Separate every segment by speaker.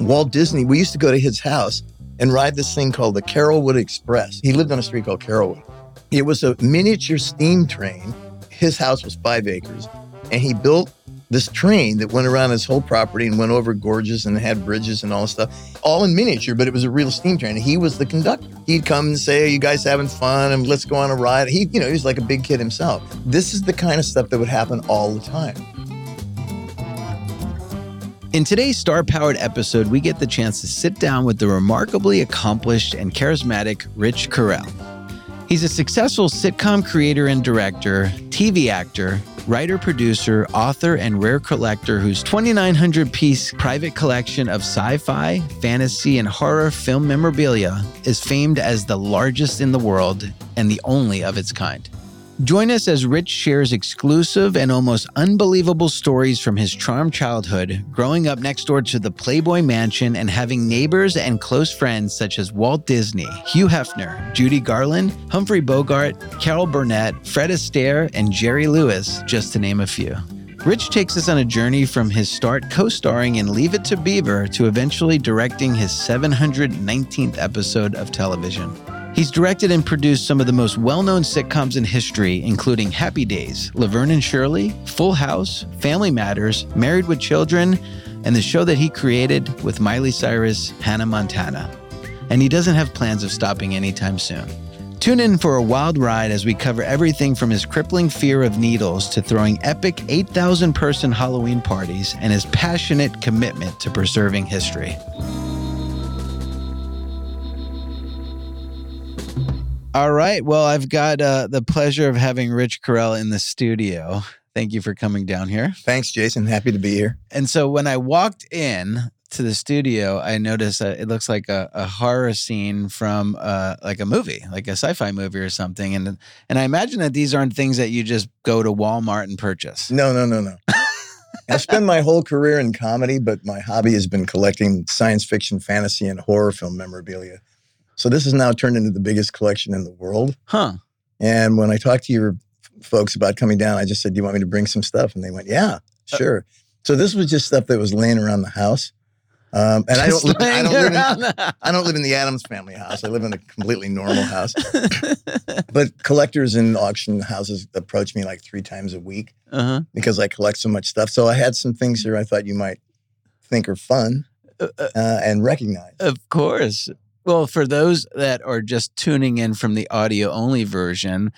Speaker 1: Walt Disney, we used to go to his house and ride this thing called the Carrollwood Express. He lived on a street called Carrollwood. It was a miniature steam train. His house was five acres, and he built this train that went around his whole property and went over gorges and had bridges and all this stuff, all in miniature, but it was a real steam train. He was the conductor. He'd come and say, You guys having fun? And let's go on a ride. He, you know, he was like a big kid himself. This is the kind of stuff that would happen all the time.
Speaker 2: In today's star powered episode, we get the chance to sit down with the remarkably accomplished and charismatic Rich Carell. He's a successful sitcom creator and director, TV actor, writer, producer, author, and rare collector whose 2,900 piece private collection of sci fi, fantasy, and horror film memorabilia is famed as the largest in the world and the only of its kind. Join us as Rich shares exclusive and almost unbelievable stories from his charmed childhood, growing up next door to the Playboy Mansion and having neighbors and close friends such as Walt Disney, Hugh Hefner, Judy Garland, Humphrey Bogart, Carol Burnett, Fred Astaire, and Jerry Lewis, just to name a few. Rich takes us on a journey from his start co starring in Leave It to Beaver to eventually directing his 719th episode of television. He's directed and produced some of the most well known sitcoms in history, including Happy Days, Laverne and Shirley, Full House, Family Matters, Married with Children, and the show that he created with Miley Cyrus, Hannah Montana. And he doesn't have plans of stopping anytime soon. Tune in for a wild ride as we cover everything from his crippling fear of needles to throwing epic 8,000 person Halloween parties and his passionate commitment to preserving history. All right. Well, I've got uh, the pleasure of having Rich Carell in the studio. Thank you for coming down here.
Speaker 1: Thanks, Jason. Happy to be here.
Speaker 2: And so when I walked in to the studio, I noticed uh, it looks like a, a horror scene from uh, like a movie, like a sci-fi movie or something. And and I imagine that these aren't things that you just go to Walmart and purchase.
Speaker 1: No, no, no, no. I spent my whole career in comedy, but my hobby has been collecting science fiction, fantasy, and horror film memorabilia. So this has now turned into the biggest collection in the world.
Speaker 2: Huh.
Speaker 1: And when I talked to your f- folks about coming down, I just said, "Do you want me to bring some stuff?" And they went, "Yeah,
Speaker 2: Uh,
Speaker 1: sure." so this was just stuff that was laying around the house. Um, and I don't,
Speaker 2: Just
Speaker 1: live, I,
Speaker 2: laying
Speaker 1: don't live in,
Speaker 2: around the
Speaker 1: I don't live in the Adams family house. I live in a completely normal house.
Speaker 2: house.
Speaker 1: But collectors in auction houses approach me like three times a week
Speaker 2: uh-huh.
Speaker 1: because I collect so much stuff. So I had some things here I thought you might think are fun
Speaker 2: Uh, uh,
Speaker 1: uh, and recognize.
Speaker 2: Of course. Well, for those that are just tuning in from the audio only version,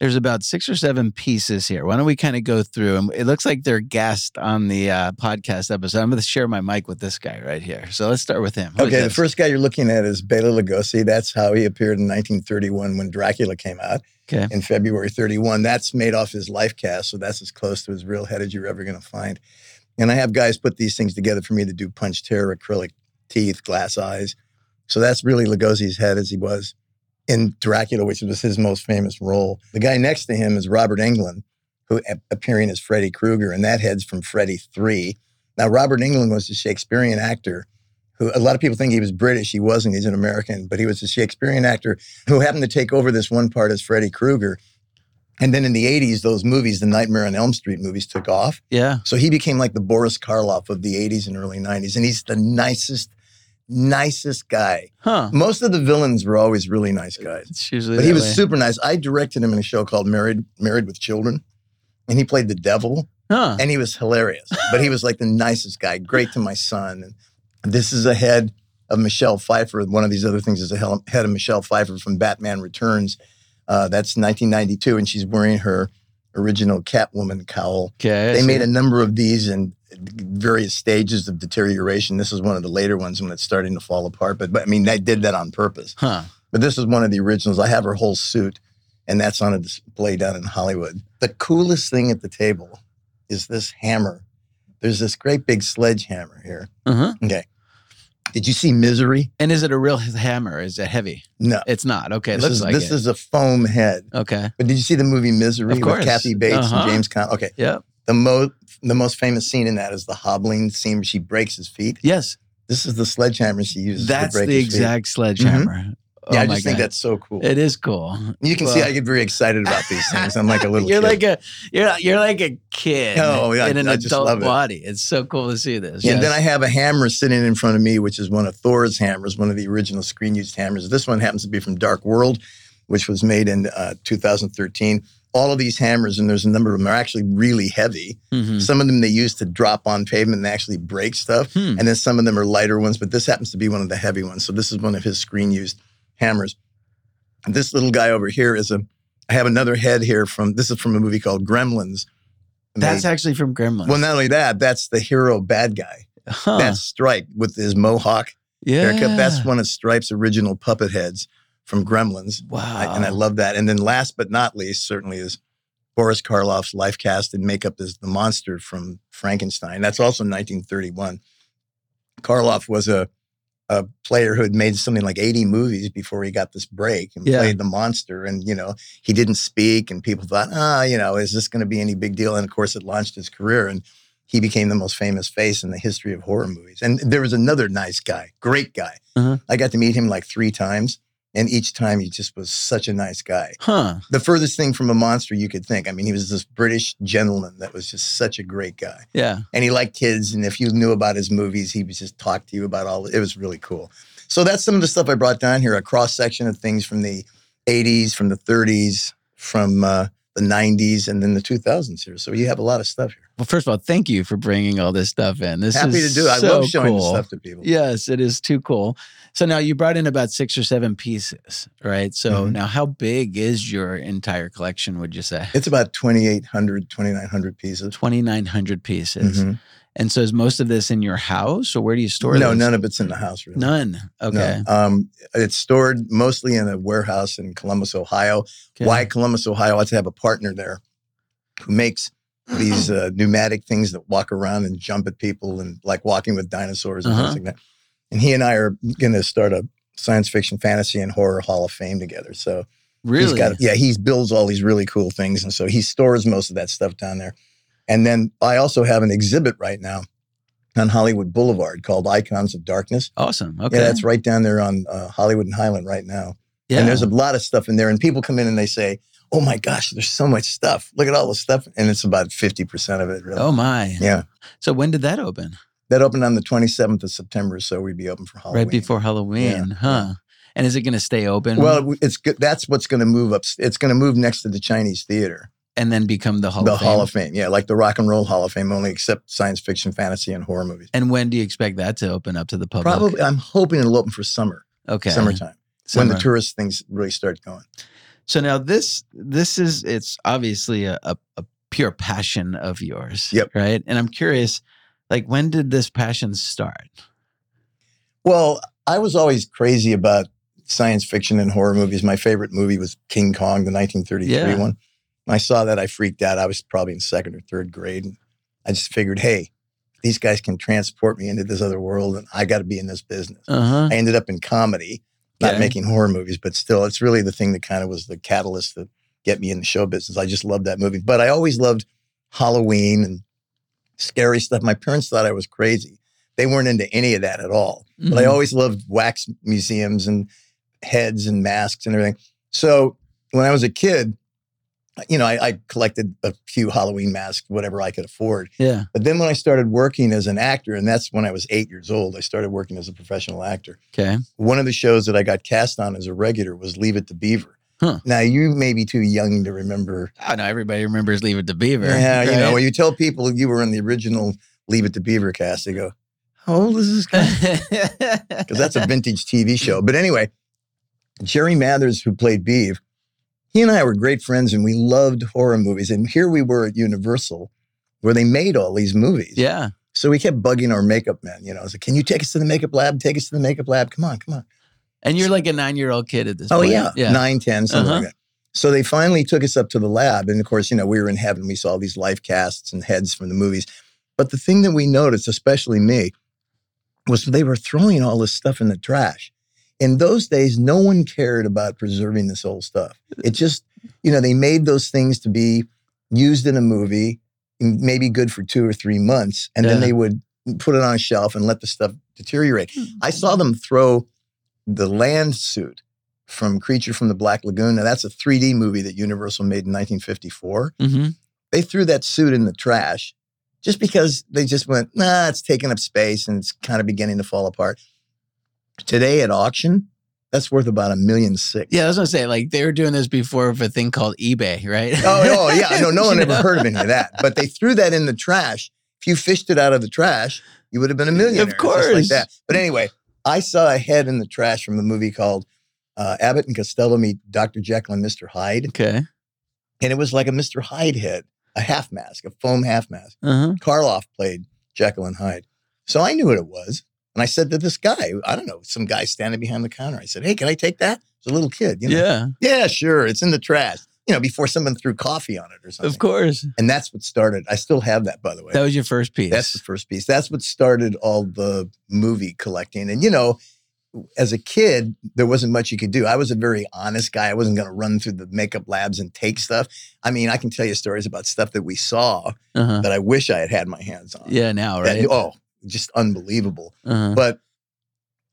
Speaker 2: there's about six or seven pieces here. Why don't we kind of go through them? It looks like they're guest on the uh, podcast episode. I'm going to share my mic with this guy right here. So let's start with him. Who is
Speaker 1: Okay, the
Speaker 2: this?
Speaker 1: first guy you're looking at is Bela Lugosi. That's how he appeared in 1931 when Dracula came out
Speaker 2: Okay.
Speaker 1: in February 31. That's made off his life cast, so that's as close to his real head as you're ever going to find. And I have guys put these things together for me to do punch tear, acrylic teeth, glass eyes. So that's really Lugosi's head as he was in Dracula, which was his most famous role. The guy next to him is Robert Englund, who a- appearing as Freddy Krueger, and that head's from Freddy 3. Now, Robert Englund was a Shakespearean actor who a lot of people think he was British. He wasn't. He's an American, but he was a Shakespearean actor who happened to take over this one part as Freddy Krueger. And then in the 80s, those movies, the Nightmare on Elm Street movies, took off.
Speaker 2: Yeah.
Speaker 1: So he became like the Boris Karloff of the 80s and early 90s. And he's the nicest, nicest guy.
Speaker 2: Huh.
Speaker 1: Most of the villains were always really nice guys.
Speaker 2: It's usually
Speaker 1: But
Speaker 2: that
Speaker 1: he was
Speaker 2: way.
Speaker 1: super nice. I directed him in a show called Married Married with Children. And he played the devil
Speaker 2: Huh.
Speaker 1: and he was hilarious. But he was like the nicest guy, great to my son. And this is a head of Michelle Pfeiffer. One of these other things is a hel- head of Michelle Pfeiffer from Batman Returns. Uh, that's 1992, and she's wearing her original Catwoman cowl.
Speaker 2: Okay. I
Speaker 1: They
Speaker 2: see.
Speaker 1: made a number of these in various stages of deterioration. This is one of the later ones when it's starting to fall apart. But, but I mean, they did that on purpose.
Speaker 2: Huh.
Speaker 1: But this is one of the originals. I have her whole suit, and that's on a display down in Hollywood. The coolest thing at the table is this hammer. There's this great big sledgehammer here.
Speaker 2: Uh-huh.
Speaker 1: Did you see Misery?
Speaker 2: And is it a real hammer? Is it heavy?
Speaker 1: No.
Speaker 2: It's not. Okay. It
Speaker 1: this
Speaker 2: looks
Speaker 1: is,
Speaker 2: like
Speaker 1: this
Speaker 2: it.
Speaker 1: is a foam head.
Speaker 2: okay.
Speaker 1: But did you see the movie Misery
Speaker 2: Of course.
Speaker 1: with Kathy Bates
Speaker 2: Uh-huh.
Speaker 1: and James Caan? Okay.
Speaker 2: Yep.
Speaker 1: The mo- the most famous scene in that is the hobbling scene where she breaks his feet.
Speaker 2: Yes.
Speaker 1: This is the sledgehammer she uses
Speaker 2: That's
Speaker 1: to break
Speaker 2: the
Speaker 1: his feet.
Speaker 2: exact sledgehammer.
Speaker 1: Mm-hmm. yeah,
Speaker 2: Oh
Speaker 1: I
Speaker 2: my
Speaker 1: just think
Speaker 2: God.
Speaker 1: that's so cool.
Speaker 2: It is cool.
Speaker 1: you can see
Speaker 2: well-
Speaker 1: I get very excited about these things. I'm like a little.
Speaker 2: You're
Speaker 1: kid.
Speaker 2: like a you're you're like a kid
Speaker 1: Oh, yeah,
Speaker 2: in an
Speaker 1: I just
Speaker 2: adult
Speaker 1: love it.
Speaker 2: body. It's so cool to see this.
Speaker 1: And then
Speaker 2: Yes.
Speaker 1: I have a hammer sitting in front of me, which is one of Thor's hammers, one of the original screen used hammers. This one happens to be from Dark World, which was made in uh, 2013. All of these hammers, and there's a number of them, are actually really heavy.
Speaker 2: Mhm.
Speaker 1: Some of them they use to drop on pavement and actually break stuff.
Speaker 2: Hmm.
Speaker 1: And then some of them are lighter ones, but this happens to be one of the heavy ones. So this is one of his screen used hammers. And this little guy over here is a, I have another head here from, this is from a movie called Gremlins.
Speaker 2: That's actually from Gremlins.
Speaker 1: well, not only that, that's the hero bad guy.
Speaker 2: Huh.
Speaker 1: That's Stripe with his mohawk
Speaker 2: yeah.
Speaker 1: haircut. That's one of Stripe's original puppet heads from Gremlins.
Speaker 2: Wow.
Speaker 1: I, and I love that. And then last but not least, certainly is Boris Karloff's life cast and makeup is the monster from Frankenstein. That's also 1931. Karloff was a, a player who had made something like 80 movies before he got this break and
Speaker 2: Yeah.
Speaker 1: played the monster. And, you know, he didn't speak and people thought, ah, you know, is this going to be any big deal? And of course, it launched his career. And he became the most famous face in the history of horror movies. And there was another nice guy, great guy.
Speaker 2: Uh-huh.
Speaker 1: I got to meet him like three times. And each time he just was such a nice guy.
Speaker 2: Huh.
Speaker 1: The furthest thing from a monster you could think. I mean, he was this British gentleman that was just such a great guy.
Speaker 2: Yeah.
Speaker 1: And he liked kids. And if you knew about his movies, he would just talk to you about all it was really cool. So that's some of the stuff I brought down here, a cross section of things from the 80s, from the 30s, from uh, the 90s, and then the 2000s here. So you have a lot of stuff here.
Speaker 2: Well, first of all, thank you for bringing all this stuff in. This
Speaker 1: Happy to
Speaker 2: is
Speaker 1: do. it. I
Speaker 2: so
Speaker 1: love showing
Speaker 2: cool.
Speaker 1: this stuff to people.
Speaker 2: Yes, it is too cool. So now you brought in about six or seven pieces, right? So
Speaker 1: Mhm.
Speaker 2: now, how big is your entire collection? Would you say
Speaker 1: It's about 2,800, 2,900 pieces.
Speaker 2: twenty nine hundred pieces?
Speaker 1: Mhm.
Speaker 2: And so is most of this in your house, or where do you store?
Speaker 1: No,
Speaker 2: this?
Speaker 1: none of it's in the house, really.
Speaker 2: None.
Speaker 1: No.
Speaker 2: Okay.
Speaker 1: Um, it's stored mostly in a warehouse in Columbus, Ohio.
Speaker 2: Okay.
Speaker 1: Why Columbus, Ohio? I have a partner there who makes these uh, pneumatic things that walk around and jump at people and like walking with dinosaurs and
Speaker 2: Uh-huh.
Speaker 1: things like that. And he and I are going to start a science fiction, fantasy, and horror hall of fame together. So
Speaker 2: Really?
Speaker 1: He's got, yeah, he builds all these really cool things. And so he stores most of that stuff down there. And then I also have an exhibit right now on Hollywood Boulevard called Icons of Darkness.
Speaker 2: awesome. Okay.
Speaker 1: Yeah, that's right down there on uh, Hollywood and Highland right now.
Speaker 2: Yeah.
Speaker 1: And there's a lot of stuff in there. And people come in and they say, oh my gosh, there's so much stuff. Look at all the stuff. And it's about 50% of it, really.
Speaker 2: oh my.
Speaker 1: Yeah.
Speaker 2: So when did that open?
Speaker 1: That opened on the 27th of September. So we'd be open for Halloween.
Speaker 2: Right before Halloween, huh? And is it going to stay open?
Speaker 1: Well, we- it's good. That's what's going to move up. It's going to move next to the Chinese theater.
Speaker 2: and then become the Hall
Speaker 1: the
Speaker 2: of Fame?
Speaker 1: Hall of Fame. Yeah, like the Rock and Roll Hall of Fame, only except science fiction, fantasy, and horror movies.
Speaker 2: And when do you expect that to open up to the public?
Speaker 1: Probably, I'm hoping it'll open for summer,
Speaker 2: okay.
Speaker 1: summertime, when
Speaker 2: Summer.
Speaker 1: the tourist things really start going.
Speaker 2: so now this this is it's obviously a, a, a pure passion of yours.
Speaker 1: Yep.
Speaker 2: Right. And I'm curious, like when did this passion start?
Speaker 1: Well, I was always crazy about science fiction and horror movies. My favorite movie was King Kong, the 1933
Speaker 2: Yeah.
Speaker 1: one. When I saw that, I freaked out. I was probably in second or third grade. And I just figured, hey, these guys can transport me into this other world, and I got to be in this business.
Speaker 2: Uh huh.
Speaker 1: I ended up in comedy, not
Speaker 2: Okay.
Speaker 1: making horror movies, but still, it's really the thing that kind of was the catalyst that get me in the show business. I just loved that movie, but I always loved Halloween and scary stuff. My parents thought I was crazy; they weren't into any of that at all. But I
Speaker 2: Mm-hmm.
Speaker 1: always loved wax museums and heads and masks and everything. So when I was a kid, you know, I, I collected a few Halloween masks, whatever I could afford.
Speaker 2: Yeah.
Speaker 1: But then when I started working as an actor, and that's when I was eight years old, I started working as a professional actor.
Speaker 2: Okay.
Speaker 1: One of the shows that I got cast on as a regular was Leave It to Beaver.
Speaker 2: Huh.
Speaker 1: Now you may be too young to remember.
Speaker 2: I know everybody remembers Leave It to Beaver.
Speaker 1: Yeah, you know,
Speaker 2: right?
Speaker 1: when you tell people you were in the original Leave It to Beaver cast, they go, "How old is this guy?" because that's a vintage TV show. But anyway, Jerry Mathers, who played Beeve, he and I were great friends, and we loved horror movies. And here we were at Universal, where they made all these movies.
Speaker 2: yeah.
Speaker 1: So we kept bugging our makeup man. You know, I was like, "Can you take us to the makeup lab? Take us to the makeup lab. Come on, come on."
Speaker 2: And you're like a nine year old kid at this
Speaker 1: Oh
Speaker 2: point.
Speaker 1: yeah,
Speaker 2: Yeah.
Speaker 1: nine, ten, something
Speaker 2: Uh-huh.
Speaker 1: like that. So they finally took us up to the lab, and of course, you know, we were in heaven. We saw all these life casts and heads from the movies. But the thing that we noticed, especially me, was they were throwing all this stuff in the trash. In those days, no one cared about preserving this old stuff. It just, you know, they made those things to be used in a movie, m- maybe good for two or three months, and then
Speaker 2: Yeah.
Speaker 1: they would put it on a shelf and let the stuff deteriorate. I saw them throw the land suit from Creature from the Black Lagoon. Now, that's a 3D movie that Universal made in 1954.
Speaker 2: Mm-hmm.
Speaker 1: They threw that suit in the trash just because they just went, nah, it's taking up space and it's kind of beginning to fall apart. Today at auction, that's worth about a million six.
Speaker 2: Yeah, I was gonna say like they were doing this before with a thing called eBay, right?
Speaker 1: Oh, oh yeah. No, no one
Speaker 2: You
Speaker 1: ever
Speaker 2: know?
Speaker 1: heard of any of that. But they threw that in the trash. If you fished it out of the trash, you would have been a millionaire. It's just like
Speaker 2: course.
Speaker 1: that. But anyway, I saw a head in the trash from a movie called uh, Abbott and Costello Meet Dr. Jekyll and Mr. Hyde.
Speaker 2: Okay.
Speaker 1: And it was like a Mr. Hyde head, a half mask, a foam half mask.
Speaker 2: Uh huh.
Speaker 1: Karloff played Jekyll and Hyde. So I knew what it was. And I said to this guy, I don't know, some guy standing behind the counter, I said, Hey, can I take that? It's a little kid, you know.
Speaker 2: yeah,
Speaker 1: Yeah, sure. It's in the trash. You know, before someone threw coffee on it or something.
Speaker 2: of course.
Speaker 1: And that's what started. I still have that, by the way.
Speaker 2: That was your first piece.
Speaker 1: That's the first piece. That's what started all the movie collecting. And, you know, as a kid, there wasn't much you could do. I was a very honest guy. I wasn't going to run through the makeup labs and take stuff. I mean, I can tell you stories about stuff that we saw
Speaker 2: uh-huh.
Speaker 1: that I wish I had had my hands on.
Speaker 2: yeah. Now,
Speaker 1: That-
Speaker 2: right?
Speaker 1: oh, just unbelievable
Speaker 2: Uh-huh.
Speaker 1: but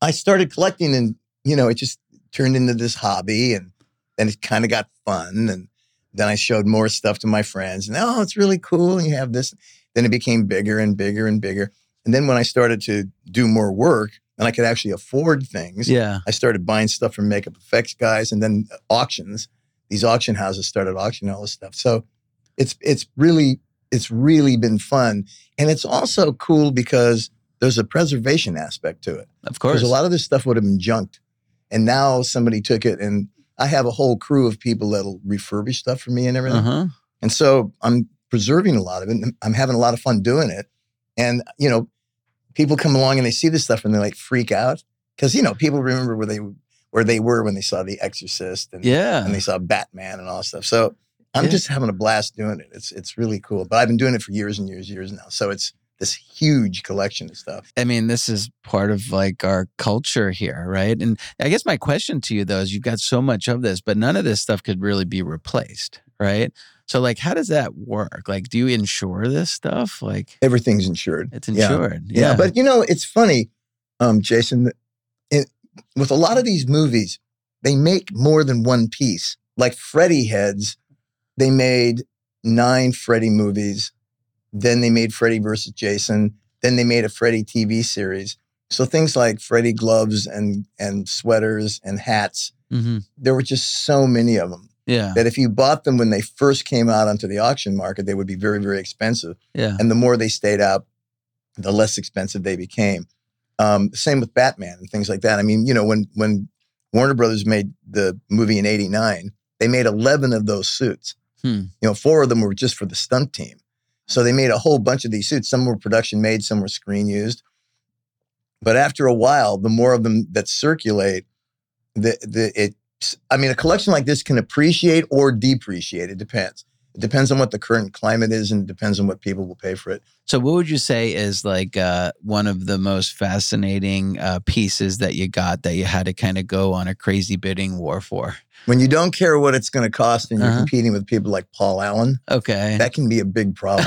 Speaker 1: I started collecting and you know it just turned into this hobby and then it kind of got fun and then I showed more stuff to my friends and oh it's really cool and you have this then it became bigger and bigger and bigger and then when I started to do more work and I could actually afford things
Speaker 2: Yeah.
Speaker 1: I started buying stuff from makeup effects guys and then auctions these auction houses started auctioning all this stuff so it's it's really it's really been fun and it's also cool because there's a preservation aspect to it
Speaker 2: Of course.
Speaker 1: because a lot of this stuff would have been junked. And now somebody took it, and I have a whole crew of people that'll refurbish stuff for me and everything.
Speaker 2: Uh huh.
Speaker 1: And so I'm preserving a lot of it. And I'm having a lot of fun doing it. And, you know, people come along and they see this stuff and they like freak out because, you know, people remember where they where they were when they saw The Exorcist and,
Speaker 2: Yeah.
Speaker 1: and they saw Batman and all that stuff. So I'm
Speaker 2: Yeah.
Speaker 1: just having a blast doing it. It's it's really cool. But I've been doing it for years and years and years now. So it's this huge collection of stuff.
Speaker 2: I mean, this is part of like our culture here, right? And I guess my question to you though is you've got so much of this, but none of this stuff could really be replaced, right? So like how does that work? Like do you insure this stuff? Like
Speaker 1: Everything's insured.
Speaker 2: it's
Speaker 1: Yeah.
Speaker 2: insured.
Speaker 1: Yeah. but you know, it's funny, um, Jason. that It, with a lot of these movies, they make more than one piece. Like Freddy Heads, they made nine Freddy movies. Then they made Freddy versus Jason. Then they made a Freddy TV series. So things like Freddy gloves and and sweaters and hats.
Speaker 2: Mhm.
Speaker 1: There were just so many of them
Speaker 2: yeah.
Speaker 1: that if you bought them when they first came out onto the auction market, they would be very very expensive
Speaker 2: Yeah.
Speaker 1: and the more they stayed up, the less expensive they became. Um, same with Batman and things like that. I mean, you know, when when Warner Brothers made the movie in '89, they made 11 of those suits.
Speaker 2: Hmm.
Speaker 1: You know, four of them were just for the stunt team. So they made a whole bunch of these suits. Some were production made, some were screen used. But after a while, the more of them that circulate, the the it. I mean, a collection like this can appreciate or depreciate. It depends. It depends on what the current climate is, and it depends on what people will pay for it.
Speaker 2: So what would you say is like uh, one of the most fascinating uh, pieces that you got that you had to kind of go on a crazy bidding war for?
Speaker 1: When you don't care what it's going to cost, and you're
Speaker 2: Uh-huh.
Speaker 1: competing with people like Paul Allen,
Speaker 2: Okay.
Speaker 1: that can be a big problem.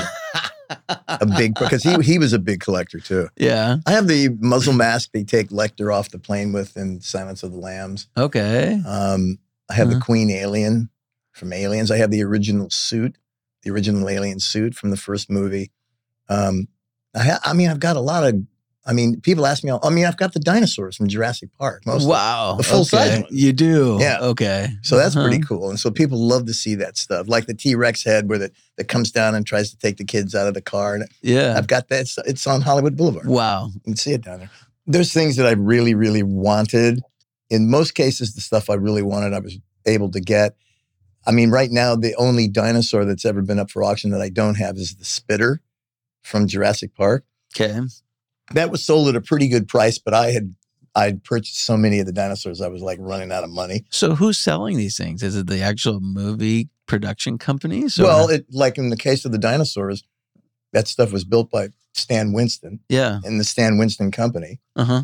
Speaker 1: a big because he he was a big collector too.
Speaker 2: yeah.
Speaker 1: I have the muzzle mask they take Lecter off the plane with in Silence of the Lambs.
Speaker 2: Okay.
Speaker 1: Um, I have the
Speaker 2: Uh-huh.
Speaker 1: Queen Alien from Aliens. I have the original suit, the original Alien suit from the first movie. Um, I, ha- I mean, I've got a lot of. I mean, people ask me. I mean, I've got the dinosaurs from Jurassic Park. Most
Speaker 2: Wow.
Speaker 1: The full-size
Speaker 2: okay.
Speaker 1: ones.
Speaker 2: You do.
Speaker 1: Yeah.
Speaker 2: Okay.
Speaker 1: So that's
Speaker 2: Uh-huh.
Speaker 1: pretty cool. And so people love to see that stuff, like the T Rex head where that that comes down and tries to take the kids out of the car. And
Speaker 2: Yeah.
Speaker 1: I've got that. It's, it's on Hollywood Boulevard.
Speaker 2: Wow.
Speaker 1: You can see it down there. There's things that I really, really wanted. In most cases, the stuff I really wanted, I was able to get. I mean, right now, the only dinosaur that's ever been up for auction that I don't have is the spitter from Jurassic Park.
Speaker 2: Okay.
Speaker 1: That was sold at a pretty good price, but I had I'd purchased so many of the dinosaurs I was like running out of money.
Speaker 2: So who's selling these things? Is it the actual movie production companies? or-
Speaker 1: Well, it, like in the case of the dinosaurs, that stuff was built by Stan Winston
Speaker 2: yeah.
Speaker 1: and the Stan Winston Company.
Speaker 2: Uh huh.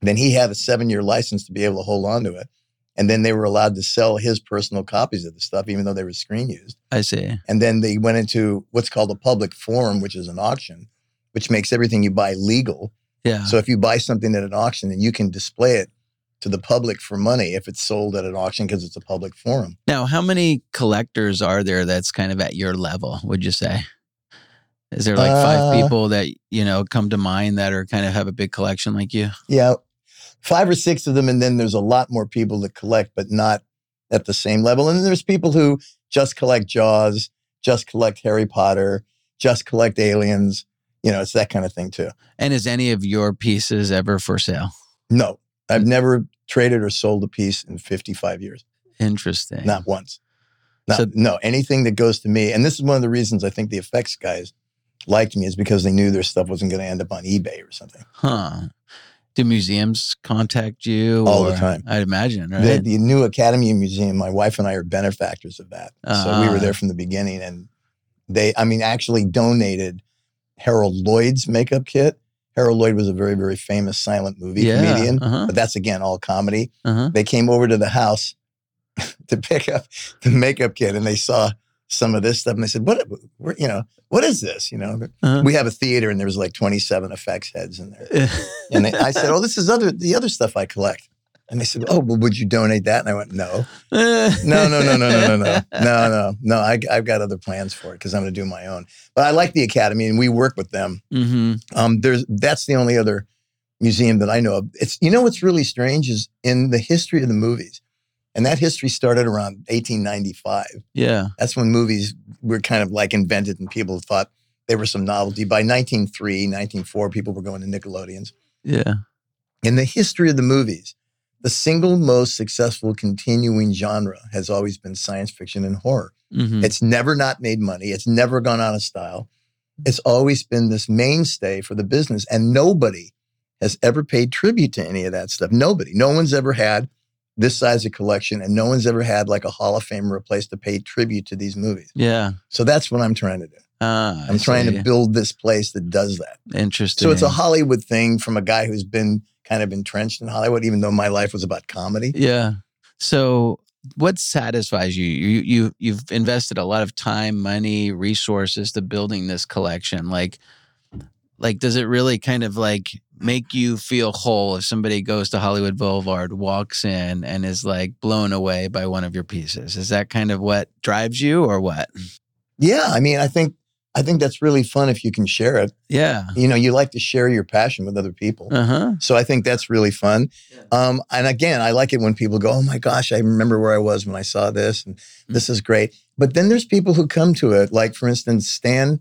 Speaker 1: Then he had a seven year license to be able to hold on to it. And then they were allowed to sell his personal copies of the stuff, even though they were screen used.
Speaker 2: I see.
Speaker 1: And then they went into what's called a public forum, which is an auction, which makes everything you buy legal.
Speaker 2: Yeah.
Speaker 1: So if you buy something at an auction, then you can display it to the public for money if it's sold at an auction because it's a public forum.
Speaker 2: Now, how many collectors are there that's kind of at your level, would you say? Is there like five
Speaker 1: Uh,
Speaker 2: people that, you know, come to mind that are kind of have a big collection like you?
Speaker 1: Yeah, five or six of them, and then there's a lot more people that collect, but not at the same level. And then there's people who just collect Jaws, just collect Harry Potter, just collect aliens. You know, it's that kind of thing too.
Speaker 2: And is any of your pieces ever for sale?
Speaker 1: No, I've never traded or sold a piece in 55 years,
Speaker 2: Interesting.
Speaker 1: not once. Not,
Speaker 2: So-
Speaker 1: no, anything that goes to me. And this is one of the reasons I think the effects guys liked me is because they knew their stuff wasn't going to end up on eBay or something.
Speaker 2: Huh. Do museums contact you?
Speaker 1: All the
Speaker 2: or-
Speaker 1: time.
Speaker 2: I'd imagine, right?
Speaker 1: The, the new Academy Museum, my wife and I are benefactors of that. So we
Speaker 2: Ah.
Speaker 1: were there from the beginning and they, I mean, actually donated Harold Lloyd's makeup kit. Harold Lloyd was a very, very famous silent movie
Speaker 2: yeah.
Speaker 1: comedian,
Speaker 2: Uh-huh,
Speaker 1: but that's again all comedy.
Speaker 2: uh-huh.
Speaker 1: They came over to the house to pick up the makeup kit and they saw some of this stuff and they said, what, we're, you know, what is this? You know,
Speaker 2: Uh-huh.
Speaker 1: we have a theater and there was like 27 effects heads in there. And they, I said, "Oh, this is other the other stuff I collect." And they said, "Oh, well, would you donate that?" And I went, "No, no, no, no, no, no, no, no, no, no, no. I, I've got other plans for it because I'm going to do my own." But I like the academy, and we work with them.
Speaker 2: hmm
Speaker 1: Um, there's that's the only other museum that I know of. It's you know what's really strange is in the history of the movies, and that history started around 1895.
Speaker 2: Yeah.
Speaker 1: That's when movies were kind of like invented, and people thought they were some novelty. By 1903, 1904, people were going to Nickelodeons.
Speaker 2: Yeah.
Speaker 1: In the history of the movies, the single most successful continuing genre has always been science fiction and horror.
Speaker 2: hmm
Speaker 1: It's never not made money, it's never gone out of style. It's always been this mainstay for the business, and nobody has ever paid tribute to any of that stuff. Nobody. No one's ever had this size of collection, and no one's ever had like a Hall of Fame or a place to pay tribute to these movies.
Speaker 2: Yeah.
Speaker 1: So that's what I'm trying to do.
Speaker 2: Ah,
Speaker 1: I'm
Speaker 2: I
Speaker 1: trying
Speaker 2: see.
Speaker 1: to build this place that does that.
Speaker 2: Interesting.
Speaker 1: So it's a Hollywood thing from a guy who's been kind of entrenched in Hollywood, even though my life was about comedy.
Speaker 2: Yeah. So what satisfies you? You you you've invested a lot of time, money, resources to building this collection. Like like does it really kind of like make you feel whole if somebody goes to Hollywood Boulevard, walks in and is like blown away by one of your pieces? Is that kind of what drives you or what?
Speaker 1: Yeah, I mean, I think I think that's really fun if you can share it.
Speaker 2: Yeah.
Speaker 1: You know, you like to share your passion with other people.
Speaker 2: Uh-huh.
Speaker 1: So I think that's really fun. Um, and again, I like it when people go, "Oh my gosh, I remember where I was when I saw this, and
Speaker 2: Mm-hmm.
Speaker 1: this is great." But then there's people who come to it, like for instance, Stan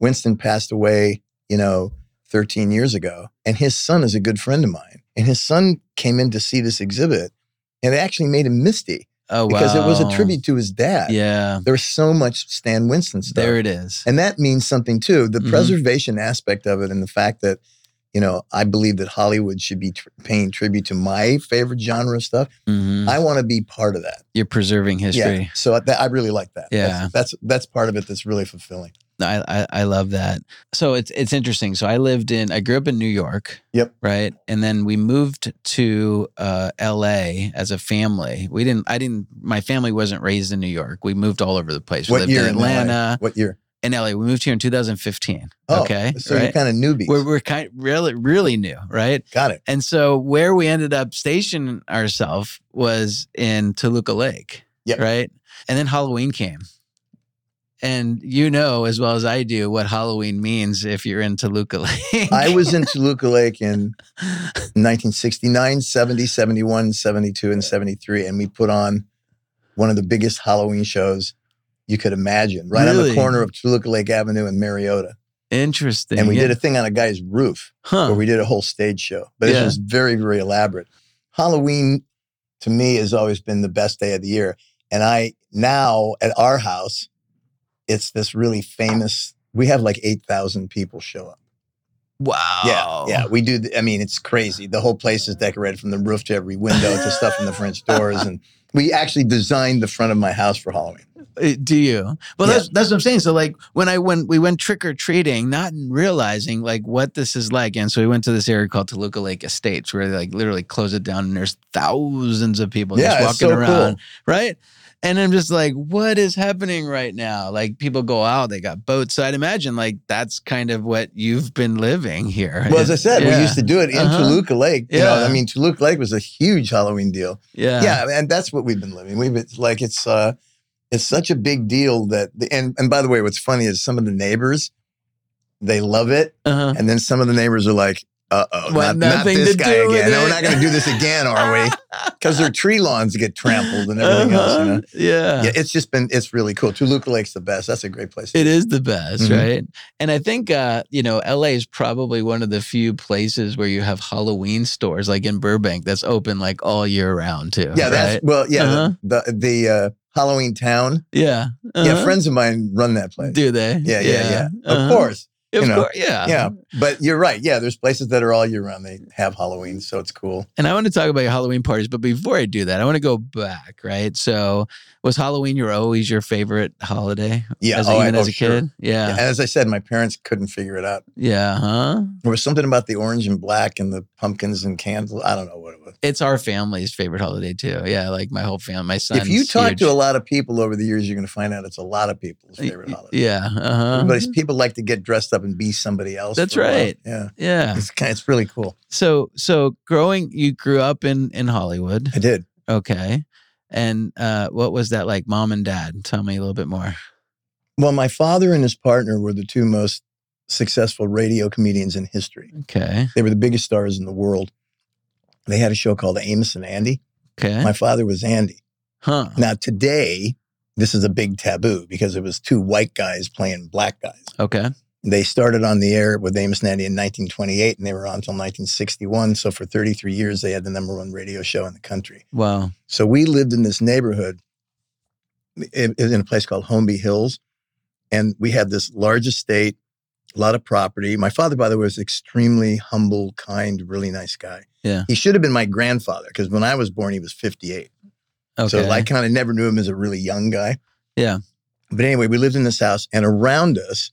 Speaker 1: Winston passed away, you know, 13 years ago, and his son is a good friend of mine, and his son came in to see this exhibit, and they actually made him misty
Speaker 2: Oh wow.
Speaker 1: because it was a tribute to his dad.
Speaker 2: Yeah.
Speaker 1: There was so much Stan Winston stuff.
Speaker 2: There it is.
Speaker 1: And that means something too. The
Speaker 2: Mhm.
Speaker 1: preservation aspect of it and the fact that, you know, I believe that Hollywood should be tr- paying tribute to my favorite genre of stuff.
Speaker 2: Mhm.
Speaker 1: I want to be part of that.
Speaker 2: You're preserving history.
Speaker 1: Yeah. So that, I really like that. That's-
Speaker 2: Yeah.
Speaker 1: That's, that's part of it that's really fulfilling.
Speaker 2: I, I I love that. So it's it's interesting. So I lived in I grew up in New York.
Speaker 1: Yep.
Speaker 2: Right, and then we moved to uh, L.A. as a family. We didn't. I didn't. My family wasn't raised in New York. We moved all over the place. We
Speaker 1: What
Speaker 2: lived
Speaker 1: year
Speaker 2: in
Speaker 1: in LA?
Speaker 2: Atlanta
Speaker 1: What year?
Speaker 2: in L.A. We moved here in 2015.
Speaker 1: Oh,
Speaker 2: okay.
Speaker 1: So you're
Speaker 2: right.
Speaker 1: kind of newbies.
Speaker 2: We're we're kind really really new. Right.
Speaker 1: Got it.
Speaker 2: And so where we ended up stationing ourselves was in Toluca Lake.
Speaker 1: Yep.
Speaker 2: Right. And then Halloween came. And you know as well as I do what Halloween means if you're in Toluca Lake.
Speaker 1: I was in Toluca Lake in 1969, 70, 71, 72, and 73. And we put on one of the biggest Halloween shows you could imagine right on
Speaker 2: Really?
Speaker 1: the corner of Toluca Lake Avenue and Mariota.
Speaker 2: interesting.
Speaker 1: And we did a thing on a guy's roof
Speaker 2: huh.
Speaker 1: where we did a whole stage show, but
Speaker 2: Yeah.
Speaker 1: it was very, very elaborate. Halloween to me has always been the best day of the year. And I now at our house, it's this really famous, we have like 8,000 people show up.
Speaker 2: wow.
Speaker 1: Yeah,
Speaker 2: Oh.
Speaker 1: yeah, we do. th- I mean, it's crazy. The whole place is decorated from the roof to every window to stuff in the French doors, and we actually designed the front of my house for Halloween.
Speaker 2: Uh, Do you? Well, that's that's what I'm saying. So, like, when I went, we went trick or treating, not realizing like what this is like. And so we went to this area called Toluca Lake Estates, where they like literally close it down, and there's thousands of people
Speaker 1: yeah, it's
Speaker 2: just walking
Speaker 1: so
Speaker 2: around,
Speaker 1: cool.
Speaker 2: right? And I'm just like, what is happening right now? Like people go out, they got boats. So I'd imagine like that's kind of what you've been living here.
Speaker 1: Well, as I said,
Speaker 2: Yeah.
Speaker 1: we used to do it in
Speaker 2: Uh-huh.
Speaker 1: Toluca Lake. You know,
Speaker 2: Yeah.
Speaker 1: I mean, Toluca Lake was a huge Halloween deal.
Speaker 2: yeah.
Speaker 1: yeah and that's what we've been living we've been like it's uh it's such a big deal that the, and and by the way what's funny is some of the neighbors they love it
Speaker 2: Uh-huh.
Speaker 1: and then some of the neighbors are like uh-oh not,
Speaker 2: Want
Speaker 1: not
Speaker 2: nothing
Speaker 1: this
Speaker 2: to
Speaker 1: guy
Speaker 2: do with
Speaker 1: again no,
Speaker 2: it."
Speaker 1: we're not going to do this again are we because their tree lawns get trampled and everything else you know
Speaker 2: Uh-huh. Yeah.
Speaker 1: yeah it's just been it's really cool toluca lake's the best that's a great place to
Speaker 2: It is the best,
Speaker 1: Mhm.
Speaker 2: right? And I think uh, you know, LA is probably one of the few places where you have Halloween stores like in Burbank that's open like all year round too.
Speaker 1: yeah that's
Speaker 2: right?
Speaker 1: well yeah
Speaker 2: Uh-huh.
Speaker 1: the the, the uh, halloween town
Speaker 2: yeah.
Speaker 1: yeah
Speaker 2: uh-huh.
Speaker 1: friends of mine run that place
Speaker 2: Do they?
Speaker 1: yeah yeah yeah,
Speaker 2: Uh-huh.
Speaker 1: of course
Speaker 2: Of
Speaker 1: you know.
Speaker 2: course, yeah.
Speaker 1: yeah, but you're right. Yeah, there's places that are all year round. They have Halloween, so it's cool.
Speaker 2: And I want to talk about your Halloween parties, but before I do that, I want to go back, right? So, was Halloween your always your favorite holiday?
Speaker 1: Yeah,
Speaker 2: as,
Speaker 1: oh, I-
Speaker 2: even
Speaker 1: oh,
Speaker 2: as a
Speaker 1: sure.
Speaker 2: kid. Yeah, uh-huh.
Speaker 1: And
Speaker 2: yeah,
Speaker 1: as I said, my parents couldn't figure it out.
Speaker 2: huh?
Speaker 1: There was something about the orange and black and the pumpkins and candles. I don't know what it was.
Speaker 2: It's our family's favorite holiday too. Yeah, like my whole family, my son.
Speaker 1: if you talk to a lot of people over the years, you're going to find out it's a lot of people's favorite holiday.
Speaker 2: yeah, uh huh.
Speaker 1: Everybody's people like to get dressed up and be somebody else.
Speaker 2: That's
Speaker 1: for a while.
Speaker 2: right. Uh-huh.
Speaker 1: Yeah,
Speaker 2: Yeah.
Speaker 1: it's kind. It's really cool.
Speaker 2: So, so growing, you grew up in in Hollywood,
Speaker 1: I did.
Speaker 2: okay? And uh, what was that like, mom and dad? Tell me a little bit more.
Speaker 1: Well, my father and his partner were the two most successful radio comedians in history.
Speaker 2: Okay,
Speaker 1: They were the biggest stars in the world. They had a show called Amos and Andy.
Speaker 2: okay,
Speaker 1: My father was Andy.
Speaker 2: huh?
Speaker 1: Now, today, this is a big taboo because it was two white guys playing black guys.
Speaker 2: Okay,
Speaker 1: They started on the air with Amos and Andy in 1928 and they were on until 1961. So, for 33 years, they had the number one radio show in the country.
Speaker 2: wow,
Speaker 1: So, we lived in this neighborhood in, in a place called Homeby Hills. And we had this large estate, a lot of property. My father, by the way, was extremely humble, kind, really nice guy.
Speaker 2: Yeah.
Speaker 1: He should have been my grandfather because when I was born, he was 58.
Speaker 2: okay,
Speaker 1: So I kind of never knew him as a really young guy.
Speaker 2: Yeah.
Speaker 1: But anyway, we lived in this house, and around us,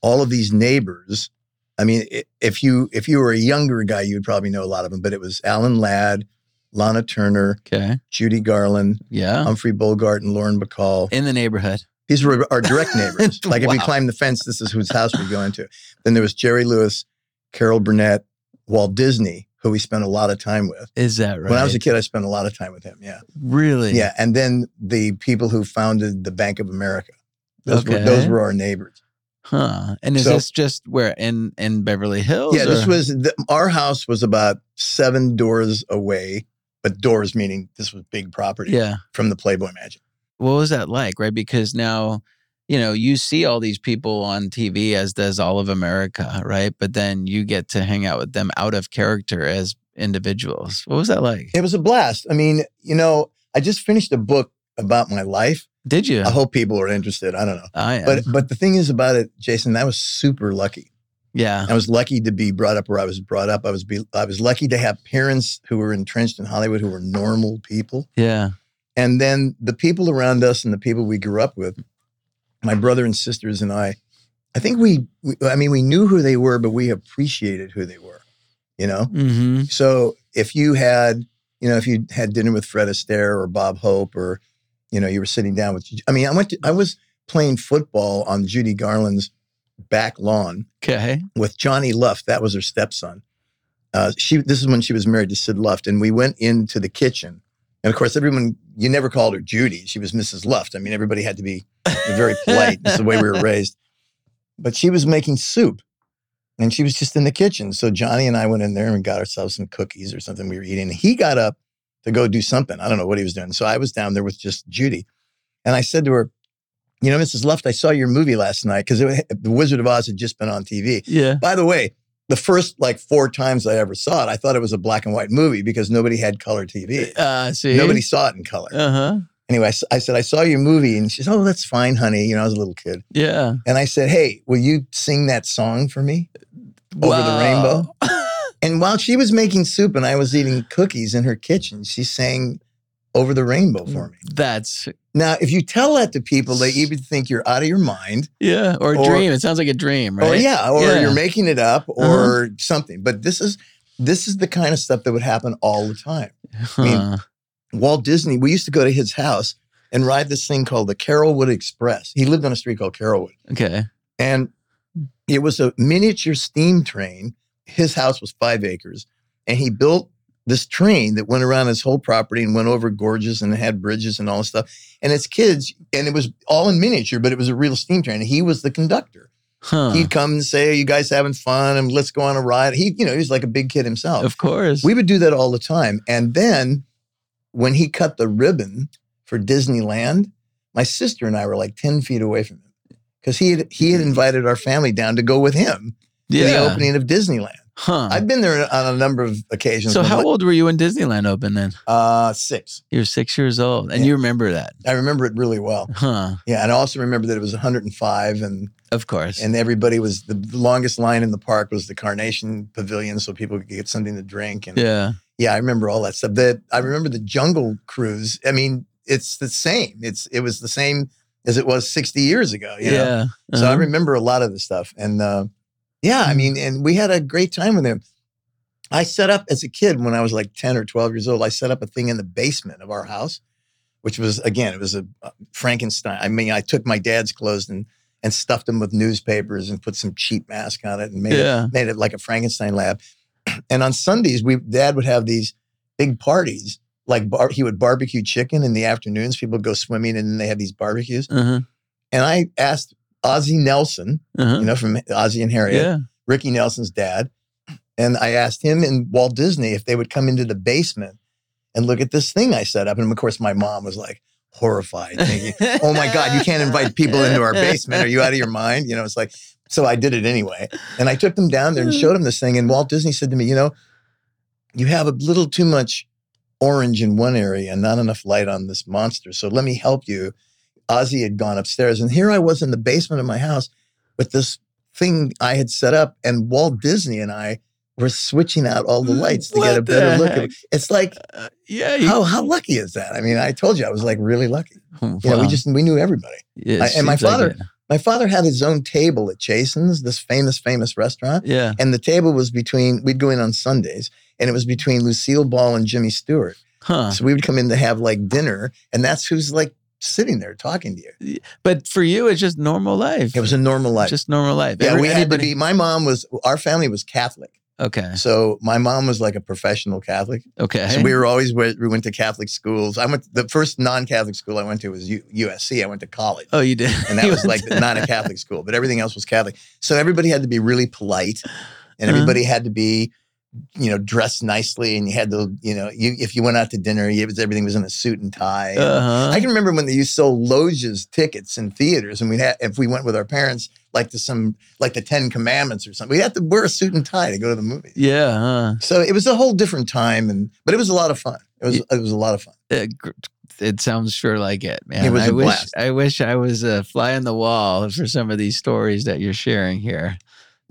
Speaker 1: all of these neighbors. I mean, i- if you if you were a younger guy, you would probably know a lot of them. But it was Alan Ladd, Lana Turner,
Speaker 2: okay,
Speaker 1: Judy Garland,
Speaker 2: yeah.
Speaker 1: Humphrey Bogart, and Lauren Bacall.
Speaker 2: in the neighborhood.
Speaker 1: These were our direct neighbors. Like if we
Speaker 2: Wow.
Speaker 1: climbed the fence, this is whose house we'd go into. Then there was Jerry Lewis, Carol Burnett, Walt Disney, who we spent a lot of time with.
Speaker 2: Is that right?
Speaker 1: When I was a kid, I spent a lot of time with him. Yeah.
Speaker 2: really,
Speaker 1: Yeah, and then the people who founded the Bank of America. Those, were, those
Speaker 2: Okay.
Speaker 1: were our neighbors.
Speaker 2: huh? And is
Speaker 1: So-
Speaker 2: this just where in in Beverly Hills?
Speaker 1: yeah, this
Speaker 2: or-
Speaker 1: was the, our house was about seven doors away, but doors meaning this was big property
Speaker 2: yeah.
Speaker 1: from the Playboy Mansion.
Speaker 2: What was that like, right? Because now, you know, you see all these people on TV, as does all of America, right? But then you get to hang out with them out of character as individuals. What was that like?
Speaker 1: It was a blast. I mean, you know, I just finished a book about my life.
Speaker 2: Did you?
Speaker 1: I hope people are interested. I don't know,
Speaker 2: I am.
Speaker 1: but but the thing is about it, Jason, I was super lucky.
Speaker 2: yeah.
Speaker 1: I was lucky to be brought up where I was brought up. I was be, I was lucky to have parents who were entrenched in Hollywood who were normal people.
Speaker 2: Yeah.
Speaker 1: And then the people around us and the people we grew up with, my brother and sisters and I, I think we, we I mean, we knew who they were, but we appreciated who they were, you know?
Speaker 2: Mm-hmm.
Speaker 1: So if you had, you know, if you had dinner with Fred Astaire or Bob Hope or, you know, you were sitting down with, I mean, I went to, I was playing football on Judy Garland's back lawn
Speaker 2: Okay.
Speaker 1: with Johnny Luft. That was her stepson. Uh, she this is when she was married to Sid Luft, and we went into the kitchen, and of course everyone you never called her Judy. She was Mrs. Luft. I mean everybody had to be very polite. this is the way we were raised. But she was making soup, and she was just in the kitchen. So Johnny and I went in there and we got ourselves some cookies or something we were eating. He got up to go do something. I don't know what he was doing. So I was down there with just Judy, and I said to her. You know, Mrs. Luft, I saw your movie last night because The Wizard of Oz had just been on TV.
Speaker 2: Yeah.
Speaker 1: By the way, the first like four times I ever saw it, I thought it was a black and white movie because nobody had color TV.
Speaker 2: Uh, see.
Speaker 1: Nobody saw it in color.
Speaker 2: Uh huh.
Speaker 1: Anyway, I s- I said, I saw your movie. And she said, Oh, that's fine, honey. You know, I was a little kid.
Speaker 2: Yeah.
Speaker 1: And I said, Hey, will you sing that song for me? Over the rainbow. And while she was making soup and I was eating cookies in her kitchen, she sang Over the Rainbow
Speaker 2: Mm.
Speaker 1: for me.
Speaker 2: That's
Speaker 1: Now, if you tell that to people, they either think you're out of your mind,
Speaker 2: yeah, or a
Speaker 1: Or-
Speaker 2: dream. It sounds like a dream, right?
Speaker 1: or yeah, or
Speaker 2: Yeah. Uh-huh.
Speaker 1: you're making it up or something. But this is this is the kind of stuff that would happen all the time.
Speaker 2: Huh.
Speaker 1: mean, Walt Disney, we used to go to his house and ride this thing called the Carrollwood Express. He lived on a street called Carrollwood.
Speaker 2: Okay.
Speaker 1: And it was a miniature steam train. His house was five acres, and he built this train that went around his whole property and went over gorges and had bridges and all this stuff. And his kids, and it was all in miniature, but it was a real steam train. And he was the conductor.
Speaker 2: Huh.
Speaker 1: He'd come and say, Are you guys having fun? And let's go on a ride. He, you know, he was like a big kid himself.
Speaker 2: of course.
Speaker 1: We would do that all the time. And then when he cut the ribbon for Disneyland, my sister and I were like 10 feet away from him because he had, he had invited our family down to go with him to the
Speaker 2: Mm-hmm. yeah.
Speaker 1: opening of Disneyland.
Speaker 2: Huh.
Speaker 1: I've been there on a number of occasions.
Speaker 2: so
Speaker 1: when
Speaker 2: how
Speaker 1: I'm like,
Speaker 2: old were you when Disneyland opened then?
Speaker 1: Uh, six.
Speaker 2: You were six years old, and
Speaker 1: Yeah.
Speaker 2: you remember that,
Speaker 1: I remember it really well.
Speaker 2: huh?
Speaker 1: Yeah, and I also remember that it was 105, and
Speaker 2: Of course.
Speaker 1: and everybody was the longest line in the park was the Carnation Pavilion, so people could get something to drink. And
Speaker 2: yeah.
Speaker 1: Yeah, I remember all that stuff. That I remember the Jungle Cruise. I mean, it's the same. It's it was the same as it was 60 years ago. You
Speaker 2: yeah.
Speaker 1: Know? So I
Speaker 2: Uh-huh. Hmm.
Speaker 1: remember a lot of the stuff. And uh, yeah, I mean, and we had a great time with him. I set up as a kid when I was like 10 or 12 years old. I set up a thing in the basement of our house, which was again, it was a uh, Frankenstein. I mean, I took my dad's clothes and and stuffed them with newspapers and put some cheap mask on it and made it
Speaker 2: uh-huh. yeah.
Speaker 1: made it like a Frankenstein lab. And on Sundays, we dad would have these big parties. Like bar, he would barbecue chicken in the afternoons. People would go swimming, and then they had these barbecues.
Speaker 2: Uh-huh.
Speaker 1: And I asked Ozzie Nelson,
Speaker 2: Uh-huh.
Speaker 1: you know, from Ozzie and Harriet,
Speaker 2: yeah.
Speaker 1: Ricky Nelson's dad, and I asked him and Walt Disney if they would come into the basement and look at this thing I set up. And of course, my mom was like horrified, thinking, "Oh my God, you can't invite people into our basement. Are you out of your mind? You know, it's like, so I did it anyway. And I took them down there and
Speaker 2: Hmm.
Speaker 1: showed them this thing. And Walt Disney said to me, You know, you have a little too much orange in one area and not enough light on this monster. So let me help you. Ozzy had gone upstairs. And here I was in the basement of my house with this thing I had set up. And Walt Disney and I were switching out all the lights to get a
Speaker 2: Hmm, What the
Speaker 1: better look.
Speaker 2: heck?
Speaker 1: At, it's like,
Speaker 2: Uh, yeah. you-
Speaker 1: how, how lucky is that? I mean, I told you I was like really lucky. You know,
Speaker 2: Wow.
Speaker 1: we just we knew everybody.
Speaker 2: Yeah, it
Speaker 1: I- and my
Speaker 2: seems like
Speaker 1: father-
Speaker 2: it.
Speaker 1: My father had his own table at Jason's, this famous, famous restaurant.
Speaker 2: yeah.
Speaker 1: And the table was between, we'd go in on Sundays, and it was between Lucille Ball and Jimmy Stewart.
Speaker 2: Huh.
Speaker 1: So we would come in to have like dinner, and that's who's like sitting there talking to you.
Speaker 2: But for you, it's just normal life.
Speaker 1: It was a normal life.
Speaker 2: just normal life.
Speaker 1: yeah,
Speaker 2: Every-
Speaker 1: we had to
Speaker 2: anybody-
Speaker 1: be, my mom was, our family was Catholic.
Speaker 2: Okay.
Speaker 1: So my mom was like a professional Catholic.
Speaker 2: Okay.
Speaker 1: So we were always, we went to Catholic schools. I went, the first non Catholic school I went to was U- USC. I went to college.
Speaker 2: oh, you did.
Speaker 1: and that
Speaker 2: You
Speaker 1: was
Speaker 2: went
Speaker 1: like
Speaker 2: to-
Speaker 1: not a Catholic school, but everything else was Catholic. So everybody had to be really polite, and
Speaker 2: Uh-huh.
Speaker 1: everybody had to be, you know, dressed nicely, and you had to, you know, you if you went out to dinner, it was everything was in a suit and tie.
Speaker 2: Uh-huh.
Speaker 1: I can remember when they used to sell loges tickets in theaters, and we had if we went with our parents, like to some like the Ten Commandments or something, we had to wear a suit and tie to go to the movies.
Speaker 2: yeah. Huh.
Speaker 1: So it was a whole different time, and but it was a lot of fun. It was it was a lot of fun.
Speaker 2: It, uh, gr- it sounds sure like it, man.
Speaker 1: It was
Speaker 2: I
Speaker 1: a
Speaker 2: wish
Speaker 1: blast.
Speaker 2: I wish I was a fly on the wall for some of these stories that you're sharing here.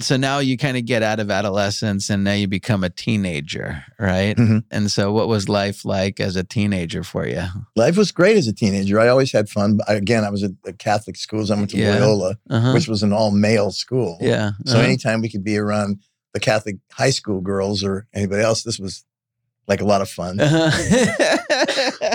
Speaker 2: So now you kind of get out of adolescence and now you become a teenager, right?
Speaker 1: Mhm.
Speaker 2: And so what was life like as a teenager for you?
Speaker 1: Life was great as a teenager. I always had fun. But again, I was at at Catholic schools. I went to
Speaker 2: Yeah.
Speaker 1: Loyola.
Speaker 2: Uh-huh.
Speaker 1: which was an all male school.
Speaker 2: yeah.
Speaker 1: So
Speaker 2: uh-huh.
Speaker 1: anytime we could be around the Catholic high school girls or anybody else, this was like a lot of fun,
Speaker 2: Uh-huh.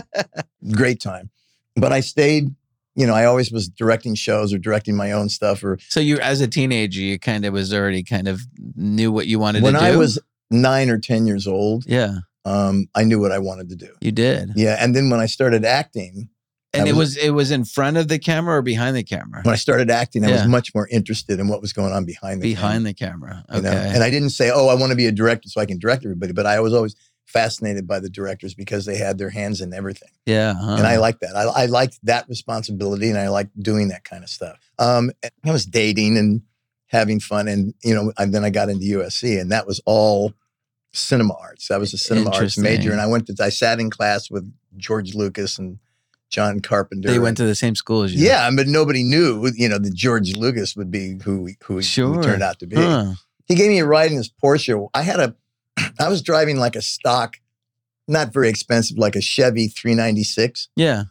Speaker 1: great time. But I stayed, you know, I always was directing shows or directing my own stuff. Or
Speaker 2: so you as a teenager, you kind of was already kind of knew what you wanted
Speaker 1: when
Speaker 2: to do.
Speaker 1: I was nine or 10 years old,
Speaker 2: Yeah,
Speaker 1: um, I knew what I wanted to do.
Speaker 2: you did.
Speaker 1: Yeah. And then when I started acting,
Speaker 2: And
Speaker 1: I
Speaker 2: it
Speaker 1: was-
Speaker 2: was it was in front of the camera or behind the camera?
Speaker 1: when I started acting, I
Speaker 2: Yeah.
Speaker 1: was much more interested in what was going on behind the camera.
Speaker 2: behind the camera. Okay.
Speaker 1: You know? And I didn't say, oh, I want to be a director so I can direct everybody. But I was always fascinated by the directors because they had their hands in everything.
Speaker 2: yeah. uh-huh. huh.
Speaker 1: And I liked that. I, I liked that responsibility and I liked doing that kind of stuff. Um, I was dating and having fun. And, you know, and then I got into USC and that was all cinema arts. That was a cinema arts
Speaker 2: Interesting.
Speaker 1: major. And I went to, I sat in class with George Lucas and John Carpenter.
Speaker 2: they went to the same school as you.
Speaker 1: yeah, but nobody knew, you know, that George Lucas would be who he- who, he- who
Speaker 2: Sure.
Speaker 1: he turned out to be
Speaker 2: Huh.
Speaker 1: he gave me a ride in his Porsche. I had a, I was driving like a stock, not very expensive, like a Chevy 396.
Speaker 2: Yeah.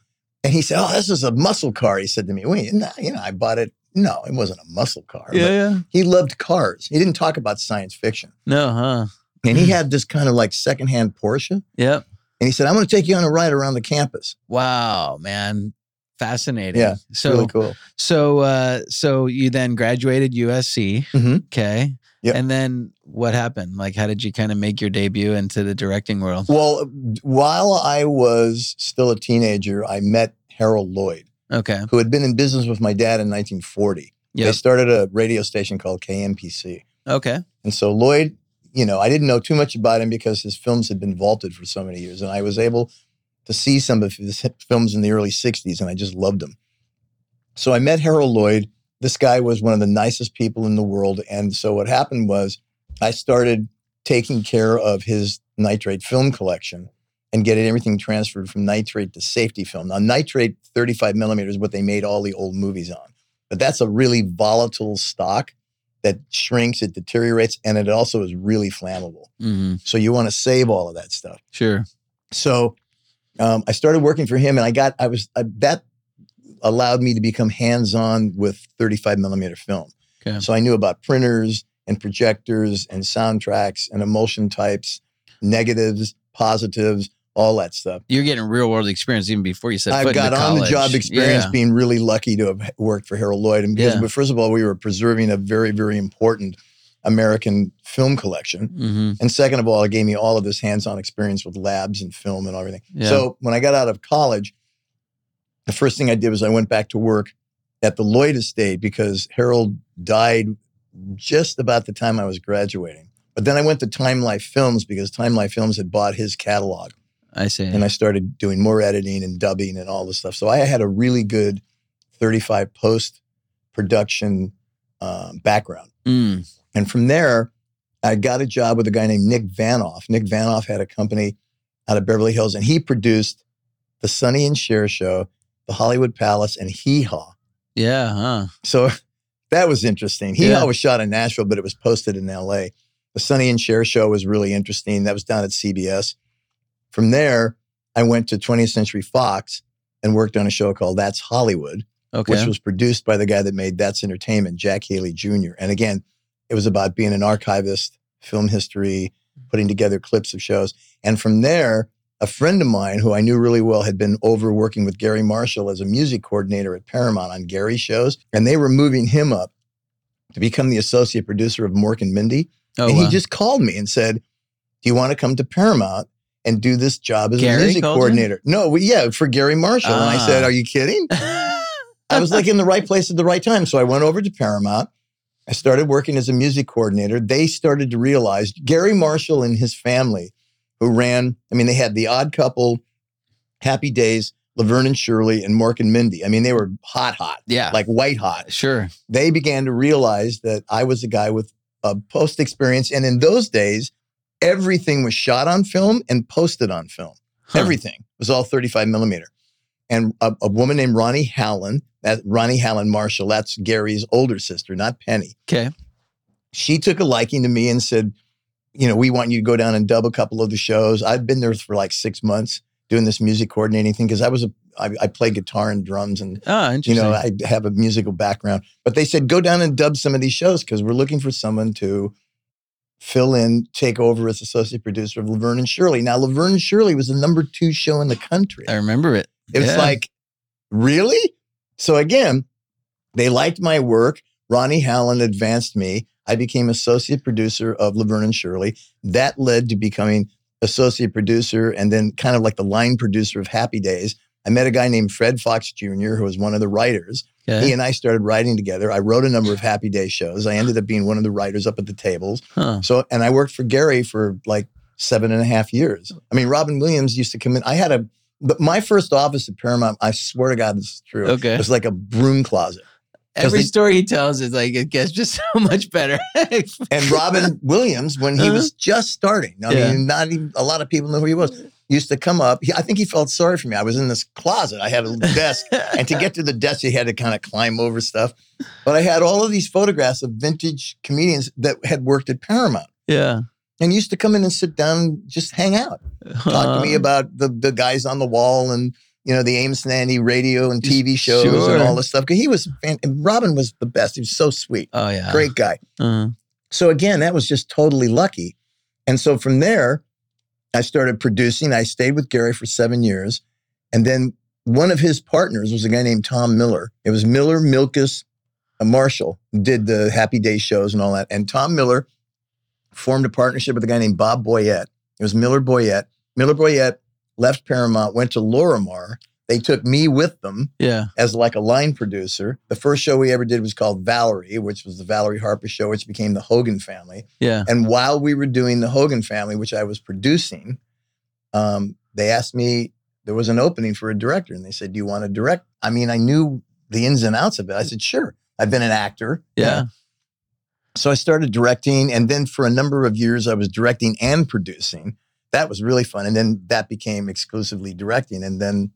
Speaker 1: And he said, "Oh, this is a muscle car." He said to me, "Wait, no, you know, I bought it. No, it wasn't a muscle car. but
Speaker 2: Yeah. yeah.
Speaker 1: He loved cars. He didn't talk about science fiction.
Speaker 2: No, huh?
Speaker 1: And
Speaker 2: Hmm.
Speaker 1: he had this kind of like secondhand Porsche.
Speaker 2: Yep.
Speaker 1: And he said, "I'm going to take you on a ride around the campus."
Speaker 2: Wow, man. Fascinating.
Speaker 1: Yeah,
Speaker 2: So
Speaker 1: really cool.
Speaker 2: so uh, so you then graduated USC.
Speaker 1: Mhm.
Speaker 2: Okay.
Speaker 1: Yep.
Speaker 2: And then what happened? Like, how did you kind of make your debut into the directing world?
Speaker 1: Well, while I was still a teenager, I met Harold Lloyd,
Speaker 2: Okay.
Speaker 1: who had been in business with my dad in 1940. They
Speaker 2: Yep.
Speaker 1: started a radio station called KMPC.
Speaker 2: Okay.
Speaker 1: And so Lloyd, you know, I didn't know too much about him because his films had been vaulted for so many years. And I was able to see some of his films in the early 60s, and I just loved them. So I met Harold Lloyd. This guy was one of the nicest people in the world. And so what happened was I started taking care of his nitrate film collection and getting everything transferred from nitrate to safety film. Now, nitrate 35 millimeter is what they made all the old movies on. But that's a really volatile stock that shrinks, it deteriorates, and it also is really flammable.
Speaker 2: hmm
Speaker 1: So you want to save all of that stuff.
Speaker 2: Sure.
Speaker 1: So um, I started working for him, and I got I was I, that allowed me to become hands on with 35 millimeter film.
Speaker 2: Okay.
Speaker 1: So I knew about printers and projectors and soundtracks and emulsion types, negatives, positives, all that stuff.
Speaker 2: You're getting real world experience even before you set foot
Speaker 1: I've got
Speaker 2: into
Speaker 1: on the job
Speaker 2: college.
Speaker 1: experience
Speaker 2: Yeah.
Speaker 1: being really lucky to have worked for Harold Lloyd. And because,
Speaker 2: Yeah.
Speaker 1: but first of all, we were preserving a very, very important American film collection.
Speaker 2: Mhm.
Speaker 1: And second of all, it gave me all of this hands on experience with labs and film and everything.
Speaker 2: Yeah.
Speaker 1: So when I got out of college, the first thing I did was I went back to work at the Lloyd estate because Harold died just about the time I was graduating. But then I went to Time Life Films because Time Life Films had bought his catalog
Speaker 2: I see.
Speaker 1: and I started doing more editing and dubbing and all this stuff. So I had a really good 35 post production um, background.
Speaker 2: Mm.
Speaker 1: And from there, I got a job with a guy named Nick Vanoff. Nick Vanoff had a company out of Beverly Hills, and he produced the Sonny and Cher show, the Hollywood Palace, and Hee Haw.
Speaker 2: Yeah. Huh.
Speaker 1: So that was interesting. Hee
Speaker 2: Yeah.
Speaker 1: Haw was shot in Nashville, but it was posted in LA. The Sonny and Cher show was really interesting. That was down at CBS. From there, I went to 20th Century Fox and worked on a show called That's Hollywood,
Speaker 2: Okay.
Speaker 1: which was produced by the guy that made That's Entertainment, Jack Haley Jr. And again, it was about being an archivist, film history, putting together clips of shows. And from there, a friend of mine who I knew really well had been over working with Gary Marshall as a music coordinator at Paramount on Gary shows, and they were moving him up to become the associate producer of Mork and Mindy.
Speaker 2: oh,
Speaker 1: and he
Speaker 2: wow.
Speaker 1: just called me and said, "Do you want to come to Paramount and do this job as
Speaker 2: Gary
Speaker 1: a music
Speaker 2: called you?
Speaker 1: coordinator?" No, well, yeah, for Gary Marshall. And I said,
Speaker 2: Ah.
Speaker 1: "Are you kidding?" I was like in the right place at the right time. So I went over to Paramount. I started working as a music coordinator. They started to realize Gary Marshall and his family, who ran, I mean, they had The Odd Couple, Happy Days, Laverne and Shirley, and Mark and Mindy. I mean, they were hot, hot,
Speaker 2: yeah.
Speaker 1: like white hot.
Speaker 2: sure.
Speaker 1: They began to realize that I was a guy with a post experience. And in those days, everything was shot on film and posted on film.
Speaker 2: Huh.
Speaker 1: Everything It was all 35 millimeter. And a, a woman named Ronnie Howland, that Ronnie Howland Marshall, that's Gary's older sister, not Penny.
Speaker 2: Okay.
Speaker 1: She took a liking to me and said, you know, we want you to go down and dub a couple of the shows. I've been there for like six months doing this music coordinating thing because I was a I, I play guitar and drums and
Speaker 2: Oh,
Speaker 1: you
Speaker 2: interesting.
Speaker 1: know I have a musical background. But they said go down and dub some of these shows because we're looking for someone to fill in, take over as associate producer of Laverne and Shirley. Now Laverne and Shirley was the number two show in the country.
Speaker 2: I remember it.
Speaker 1: It was
Speaker 2: Yeah.
Speaker 1: like, really? So again, they liked my work. Ronnie Howland advanced me. I became associate producer of Laverne and Shirley. That led to becoming associate producer and then kind of like the line producer of Happy Days. I met a guy named Fred Fox Jr., who was one of the writers. He
Speaker 2: Okay.
Speaker 1: and I started writing together. I wrote a number of Happy Day shows. I ended up being one of the writers up at the tables.
Speaker 2: Huh.
Speaker 1: So, and I worked for Gary for like seven and a half years. I mean, Robin Williams used to come in. I had a, but my first office at Paramount, I swear to God, this is true.
Speaker 2: Okay.
Speaker 1: It was like a broom closet.
Speaker 2: Every
Speaker 1: they-
Speaker 2: story he tells is like it gets just so much better.
Speaker 1: And Robin Williams, when he was just starting, I
Speaker 2: Yeah.
Speaker 1: mean, not even a lot of people knew who he was, used to come up. He, I think he felt sorry for me. I was in this closet. I had a desk. and to get to the desk, you had to kind of climb over stuff. But I had all of these photographs of vintage comedians that had worked at Paramount
Speaker 2: yeah.
Speaker 1: and used to come in and sit down and just hang out. Talk to me
Speaker 2: Huh.
Speaker 1: about the, the guys on the wall and, you know, the Ames Nandy radio and TV shows
Speaker 2: Sure.
Speaker 1: and all this stuff. 'Cause he was, fan- and Robin was the best. He was so sweet.
Speaker 2: Oh yeah.
Speaker 1: Great guy.
Speaker 2: Uh,
Speaker 1: So again, that was just totally lucky. And so from there, I started producing. I stayed with Gary for seven years. And then one of his partners was a guy named Tom Miller. It was Miller Milkus Marshall who did the Happy Day shows and all that. And Tom Miller formed a partnership with a guy named Bob Boyette. It was Miller Boyette. Miller Boyette left Paramount, went to Lorimar. They took me with them
Speaker 2: Yeah.
Speaker 1: as like a line producer. The first show we ever did was called Valerie, which was the Valerie Harper show, which became the Hogan Family.
Speaker 2: Yeah.
Speaker 1: And while we were doing the Hogan Family, which I was producing, um, they asked me there was an opening for a director, and they said, "Do you want to direct?" I mean, I knew the ins and outs of it. I said, "Sure." I've been an actor.
Speaker 2: Yeah.
Speaker 1: So I started directing, and then for a number of years, I was directing and producing. That was really fun, and then that became exclusively directing. And then,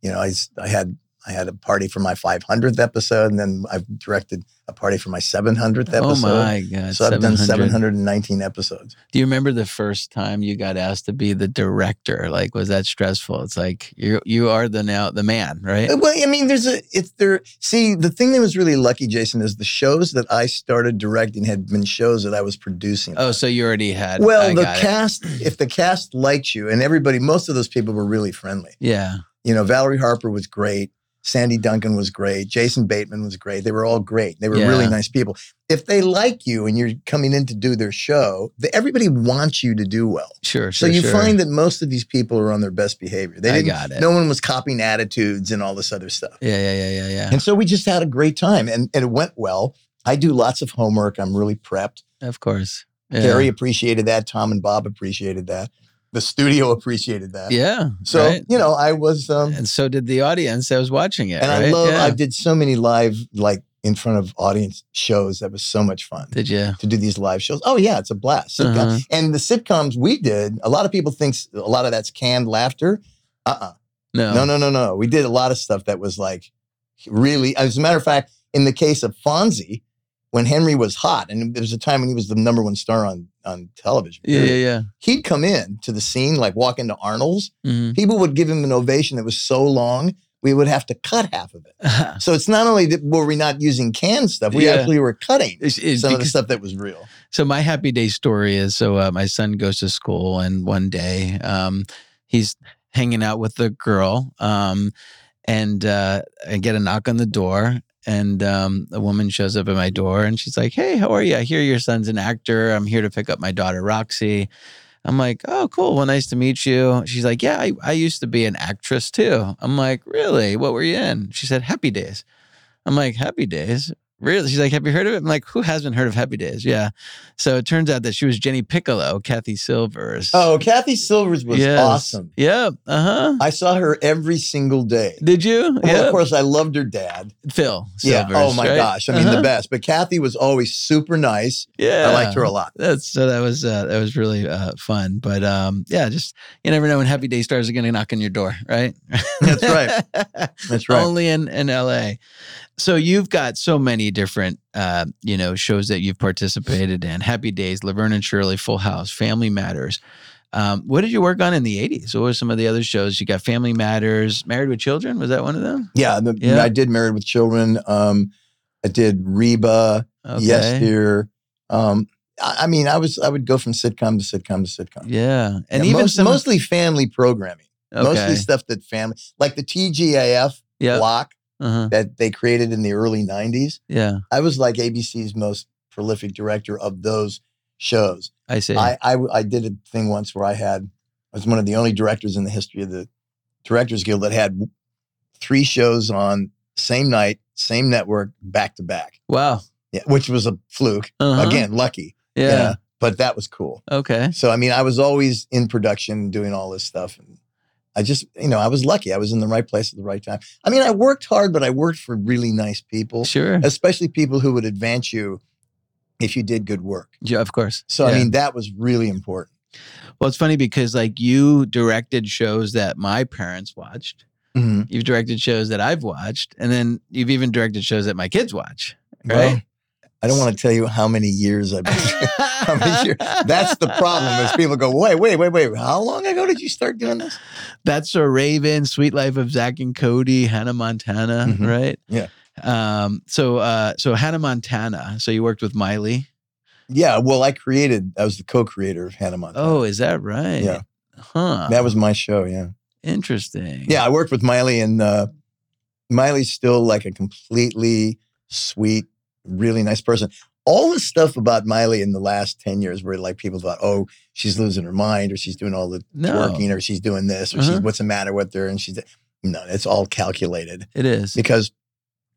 Speaker 1: you know, I s- I had I had a party for my 500th episode, and then I've directed a party for my 700th episode.
Speaker 2: Oh my God.
Speaker 1: So I've done 719 episodes.
Speaker 2: Do you remember the first time you got asked to be the director? Like, was that stressful? It's like you you are the now the man, right?
Speaker 1: Uh, Well, I mean, there's a it's there. See, the thing that was really lucky, Jason, is the shows that I started directing had been shows that I was producing.
Speaker 2: Oh, so you already had.
Speaker 1: well,
Speaker 2: I
Speaker 1: the
Speaker 2: got it.
Speaker 1: cast, if the cast liked you, and everybody, most of those people were really friendly.
Speaker 2: Yeah.
Speaker 1: You know, Valerie Harper was great. Sandy Duncan was great. Jason Bateman was great. They were all great. They were
Speaker 2: Yeah.
Speaker 1: really nice people. If they like you and you're coming in to do their show, the, everybody wants you to do well.
Speaker 2: Sure.
Speaker 1: So
Speaker 2: sure,
Speaker 1: you
Speaker 2: sure.
Speaker 1: find that most of these people are on their best behavior. They
Speaker 2: I
Speaker 1: didn't
Speaker 2: got it.
Speaker 1: no one was copying attitudes and all this other stuff.
Speaker 2: Yeah. Yeah. Yeah. Yeah.
Speaker 1: And so we just had a great time and, and it went well. I do lots of homework. I'm really prepped.
Speaker 2: Yeah. Of course. Yeah.
Speaker 1: Terry appreciated that. Tom and Bob appreciated that. The studio appreciated that.
Speaker 2: Yeah.
Speaker 1: so,
Speaker 2: right?
Speaker 1: you know, I was um
Speaker 2: and so did the audience that was watching it.
Speaker 1: and I
Speaker 2: right?
Speaker 1: love
Speaker 2: Yeah.
Speaker 1: I did so many live like in front of audience shows. That was so much fun.
Speaker 2: Did you?
Speaker 1: to do these live shows. Oh yeah, it's a blast. Sitcom-
Speaker 2: Uh-huh.
Speaker 1: And the sitcoms we did, a lot of people think s- a lot of that's canned laughter. Uh-uh.
Speaker 2: No.
Speaker 1: No, no, no, no. We did a lot of stuff that was like really, as a matter of fact, in the case of Fonzie, when Henry was hot, and there was a time when he was the number one star on, on television,
Speaker 2: Yeah. Yeah. Yeah.
Speaker 1: he'd come in to the scene, like walk into Arnold's.
Speaker 2: Mhm.
Speaker 1: People would give him an ovation that was so long, we would have to cut half of it.
Speaker 2: Mm-hmm.
Speaker 1: So it's not only that were we not using canned stuff, we
Speaker 2: Yeah.
Speaker 1: actually were cutting
Speaker 2: It's- it's
Speaker 1: some of the
Speaker 2: because-
Speaker 1: stuff that was real.
Speaker 2: So my happy day story is so uh, my son goes to school and one day um, he's hanging out with the girl um, and uh, I get a knock on the door and um, a woman shows up at my door and she's like, "Hey, how are you? I hear your son's an actor. I'm here to pick up my daughter Roxy." I'm like, "Oh, cool. Well, nice to meet you." She's like, "Yeah, I, I used to be an actress too." I'm like, "Really? What were you in?" She said, "Happy Days." I'm like, "Happy Days." Really? She's like, "Have you heard of it?" I'm like, "Who hasn't heard of Happy Days?" Yeah. So it turns out that she was Jenny Piccolo, Kathy Silvers.
Speaker 1: Oh, Kathy Silvers was
Speaker 2: Yes.
Speaker 1: awesome.
Speaker 2: Yeah. Uh huh.
Speaker 1: I saw her every single day.
Speaker 2: Did you?
Speaker 1: Well,
Speaker 2: yeah.
Speaker 1: Oh, of course, I loved her dad.
Speaker 2: Phil.
Speaker 1: yeah.
Speaker 2: Silvers,
Speaker 1: Oh my
Speaker 2: right?
Speaker 1: gosh. I mean,
Speaker 2: Uh-huh.
Speaker 1: the best. But Kathy was always super nice.
Speaker 2: Yeah.
Speaker 1: I liked her a lot.
Speaker 2: That's so that was uh, that was really uh, fun, but um, yeah, just you never know when Happy Day stars are going to knock on your door, right?
Speaker 1: That's right. That's right.
Speaker 2: Only in in LA. So you've got so many different uh, you know shows that you've participated in: Happy Days, Laverne and Shirley, Full House, Family Matters. Um, what did you work on in the '80s? What were some of the other shows? You got Family Matters, Married with Children. Was that one of them?
Speaker 1: Yeah, the-
Speaker 2: Yeah.
Speaker 1: I did Married with Children. Um, I did Reba. Yes, dear. Um, I, I mean, I was I would go from sitcom to sitcom to sitcom.
Speaker 2: Yeah, and
Speaker 1: Yeah,
Speaker 2: even
Speaker 1: most-
Speaker 2: some
Speaker 1: mostly family programming,
Speaker 2: okay.
Speaker 1: mostly stuff that family like the TGIF
Speaker 2: yeah,
Speaker 1: block
Speaker 2: uh-huh.
Speaker 1: that they created in the early '90s.
Speaker 2: yeah.
Speaker 1: I was like ABC's most prolific director of those shows.
Speaker 2: I see.
Speaker 1: I, I I did a thing once where I had I was one of the only directors in the history of the Directors Guild that had three shows on same night, same network, back to back.
Speaker 2: wow.
Speaker 1: Yeah, which was a fluke.
Speaker 2: Uh-huh.
Speaker 1: Again, lucky.
Speaker 2: Yeah.
Speaker 1: but that was cool.
Speaker 2: Okay.
Speaker 1: So I mean, I was always in production doing all this stuff and I just, you know, I was lucky. I was in the right place at the right time. I mean, I worked hard, but I worked for really nice people
Speaker 2: Sure.
Speaker 1: especially people who would advance you if you did good work.
Speaker 2: Yeah, of course.
Speaker 1: So
Speaker 2: Yeah.
Speaker 1: I mean, that was really important.
Speaker 2: well, it's funny because like you directed shows that my parents watched. You've directed shows that I've watched, and then you've even directed shows that my kids watch.
Speaker 1: Well,
Speaker 2: Right.
Speaker 1: I don't want to tell you how many years I've been. mean, you're- That's the problem is people go, wait, wait, wait, wait. How long ago did you start doing this?
Speaker 2: That's so Raven, Sweet Life of Zach and Cody, Hannah Montana,
Speaker 1: Mhm.
Speaker 2: right?
Speaker 1: Yeah.
Speaker 2: Um. So, uh, so Hannah Montana. So you worked with Miley.
Speaker 1: Yeah, well, I created. I was the co-creator of Hannah Montana.
Speaker 2: Oh, is that right?
Speaker 1: Yeah.
Speaker 2: Huh.
Speaker 1: that was my show. Yeah,
Speaker 2: Interesting.
Speaker 1: Yeah, I worked with Miley, and uh, Miley's still like a completely sweet, really nice person. All the stuff about Miley in the last 10 years where like people thought, oh, she's losing her mind or she's doing all the
Speaker 2: No.
Speaker 1: twerking or she's doing this or
Speaker 2: Uh-huh.
Speaker 1: she's what's the matter with her. And she's, no, it's all calculated
Speaker 2: It is.
Speaker 1: because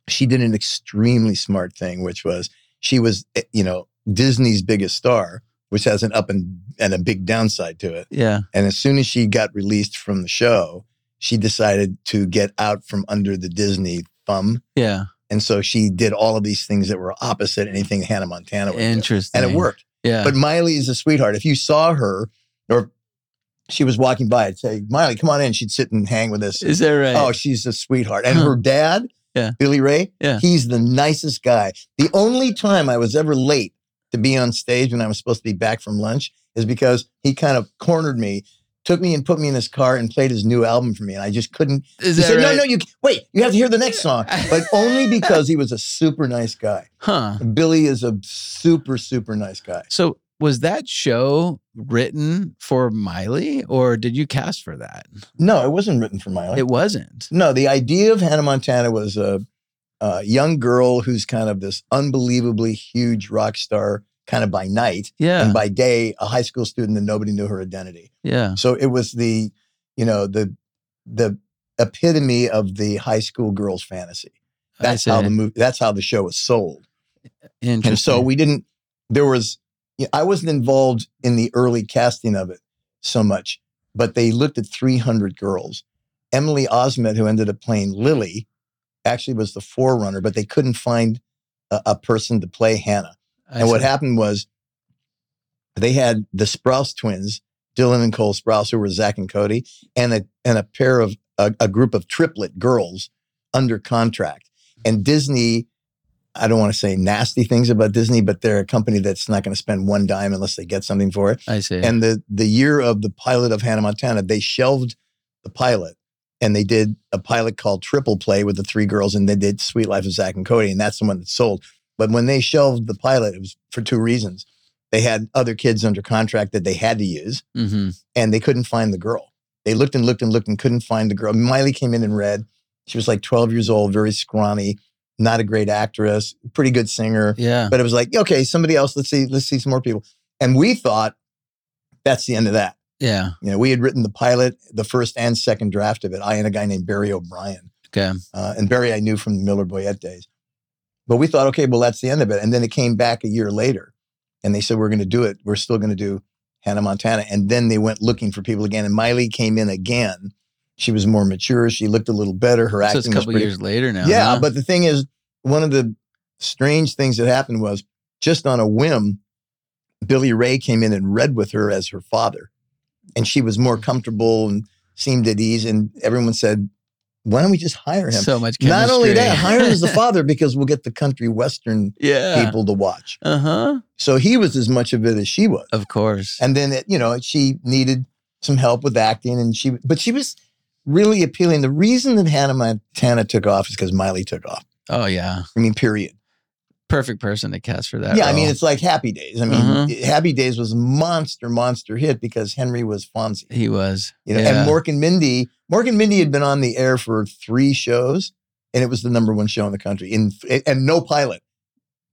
Speaker 1: she did an extremely smart thing, which was she was, eh, you know, Disney's biggest star, which has an up and, and a big downside to it.
Speaker 2: Yeah.
Speaker 1: And as soon as she got released from the show, she decided to get out from under the Disney thumb.
Speaker 2: Yeah.
Speaker 1: And so she did all of these things that were opposite anything Hannah Montana would do.
Speaker 2: Interesting.
Speaker 1: And it worked.
Speaker 2: Yeah.
Speaker 1: But Miley is a sweetheart. If you saw her or she was walking by, I'd say, Miley, come on in. She'd sit and hang with us.
Speaker 2: is that right?
Speaker 1: Oh, she's a sweetheart. And
Speaker 2: Huh.
Speaker 1: her dad,
Speaker 2: Yeah.
Speaker 1: Billy Ray,
Speaker 2: Yeah.
Speaker 1: he's the nicest guy. The only time I was ever late to be on stage when I was supposed to be back from lunch is because he kind of cornered me, took me and put me in his car and played his new album for me. And I just couldn't.
Speaker 2: is
Speaker 1: he
Speaker 2: that
Speaker 1: said,
Speaker 2: right?
Speaker 1: no, no, you wait, you have to hear the next song. But only because he was a super nice guy.
Speaker 2: Huh.
Speaker 1: Billy is a super, super nice guy.
Speaker 2: So was that show written for Miley or did you cast for that?
Speaker 1: No, it wasn't written for Miley.
Speaker 2: It wasn't.
Speaker 1: No, the idea of Hannah Montana was a, a young girl who's kind of this unbelievably huge rock star, kind of by night
Speaker 2: Yeah.
Speaker 1: and by day, a high school student that nobody knew her identity.
Speaker 2: Yeah.
Speaker 1: So it was the, you know, the the epitome of the high school girl's fantasy.
Speaker 2: I
Speaker 1: That's
Speaker 2: see.
Speaker 1: how the movie. That's how the show was sold.
Speaker 2: Interesting.
Speaker 1: And so we didn't, there was, yeah, I wasn't involved in the early casting of it so much, but they looked at 300 girls. Emily Osment, who ended up playing Lily, actually was the forerunner, but they couldn't find a, a person to play Hannah.
Speaker 2: I
Speaker 1: and what
Speaker 2: see.
Speaker 1: happened was they had the Sprouse twins, Dylan and Cole Sprouse, who were Zach and Cody, and a, and a pair of, a, a group of triplet girls under contract. And Disney I don't want to say nasty things about Disney, but they're a company that's not going to spend one dime unless they get something for it.
Speaker 2: I see.
Speaker 1: And the the year of the pilot of Hannah Montana, they shelved the pilot and they did a pilot called Triple Play with the three girls, and they did Sweet Life of Zach and Cody, and that's the one that sold. But when they shelved the pilot, it was for two reasons. They had other kids under contract that they had to use,
Speaker 2: hmm
Speaker 1: and they couldn't find the girl. They looked and looked and looked and couldn't find the girl. Miley came in in red. She was like 12 years old, very scrawny, not a great actress, pretty good singer.
Speaker 2: Yeah.
Speaker 1: But it was like, okay, somebody else, let's see, let's see some more people. And we thought that's the end of that.
Speaker 2: Yeah.
Speaker 1: You know, we had written the pilot, the first and second draft of it, I and a guy named Barry O'Brien.
Speaker 2: Okay.
Speaker 1: Uh, and Barry I knew from the Miller Boyette days. But we thought, okay, well, that's the end of it. And then it came back a year later and they said, we're going to do it. We're still going to do Hannah Montana. And then they went looking for people again. And Miley came in again. She was more mature. She looked a little better. Her
Speaker 2: So
Speaker 1: acting
Speaker 2: it's a
Speaker 1: was
Speaker 2: couple
Speaker 1: pretty
Speaker 2: years later now.
Speaker 1: yeah,
Speaker 2: huh?
Speaker 1: but the thing is, one of the strange things that happened was just on a whim, Billy Ray came in and read with her as her father, and she was more comfortable and seemed at ease. And everyone said, "Why don't we just hire him?"
Speaker 2: so much.
Speaker 1: Not only
Speaker 2: chemistry.
Speaker 1: that, hire him as the father because we'll get the country western
Speaker 2: yeah.
Speaker 1: people to watch.
Speaker 2: Uh huh.
Speaker 1: So he was as much of it as she was.
Speaker 2: Of course.
Speaker 1: And then, it, you know, she needed some help with acting, and she, but she was really appealing. The reason that Hannah Montana took off is because Miley took off.
Speaker 2: oh yeah.
Speaker 1: I mean, period.
Speaker 2: Perfect person to cast for that.
Speaker 1: yeah, I mean,
Speaker 2: role.
Speaker 1: it's like Happy Days. I mean,
Speaker 2: Uh-huh.
Speaker 1: it- Happy Days was a monster, monster hit because Henry was Fonzie.
Speaker 2: he was.
Speaker 1: You know,
Speaker 2: yeah.
Speaker 1: and Mork and Mindy, Mork and Mindy had been on the air for three shows, and it was the number one show in the country, in, and no pilot.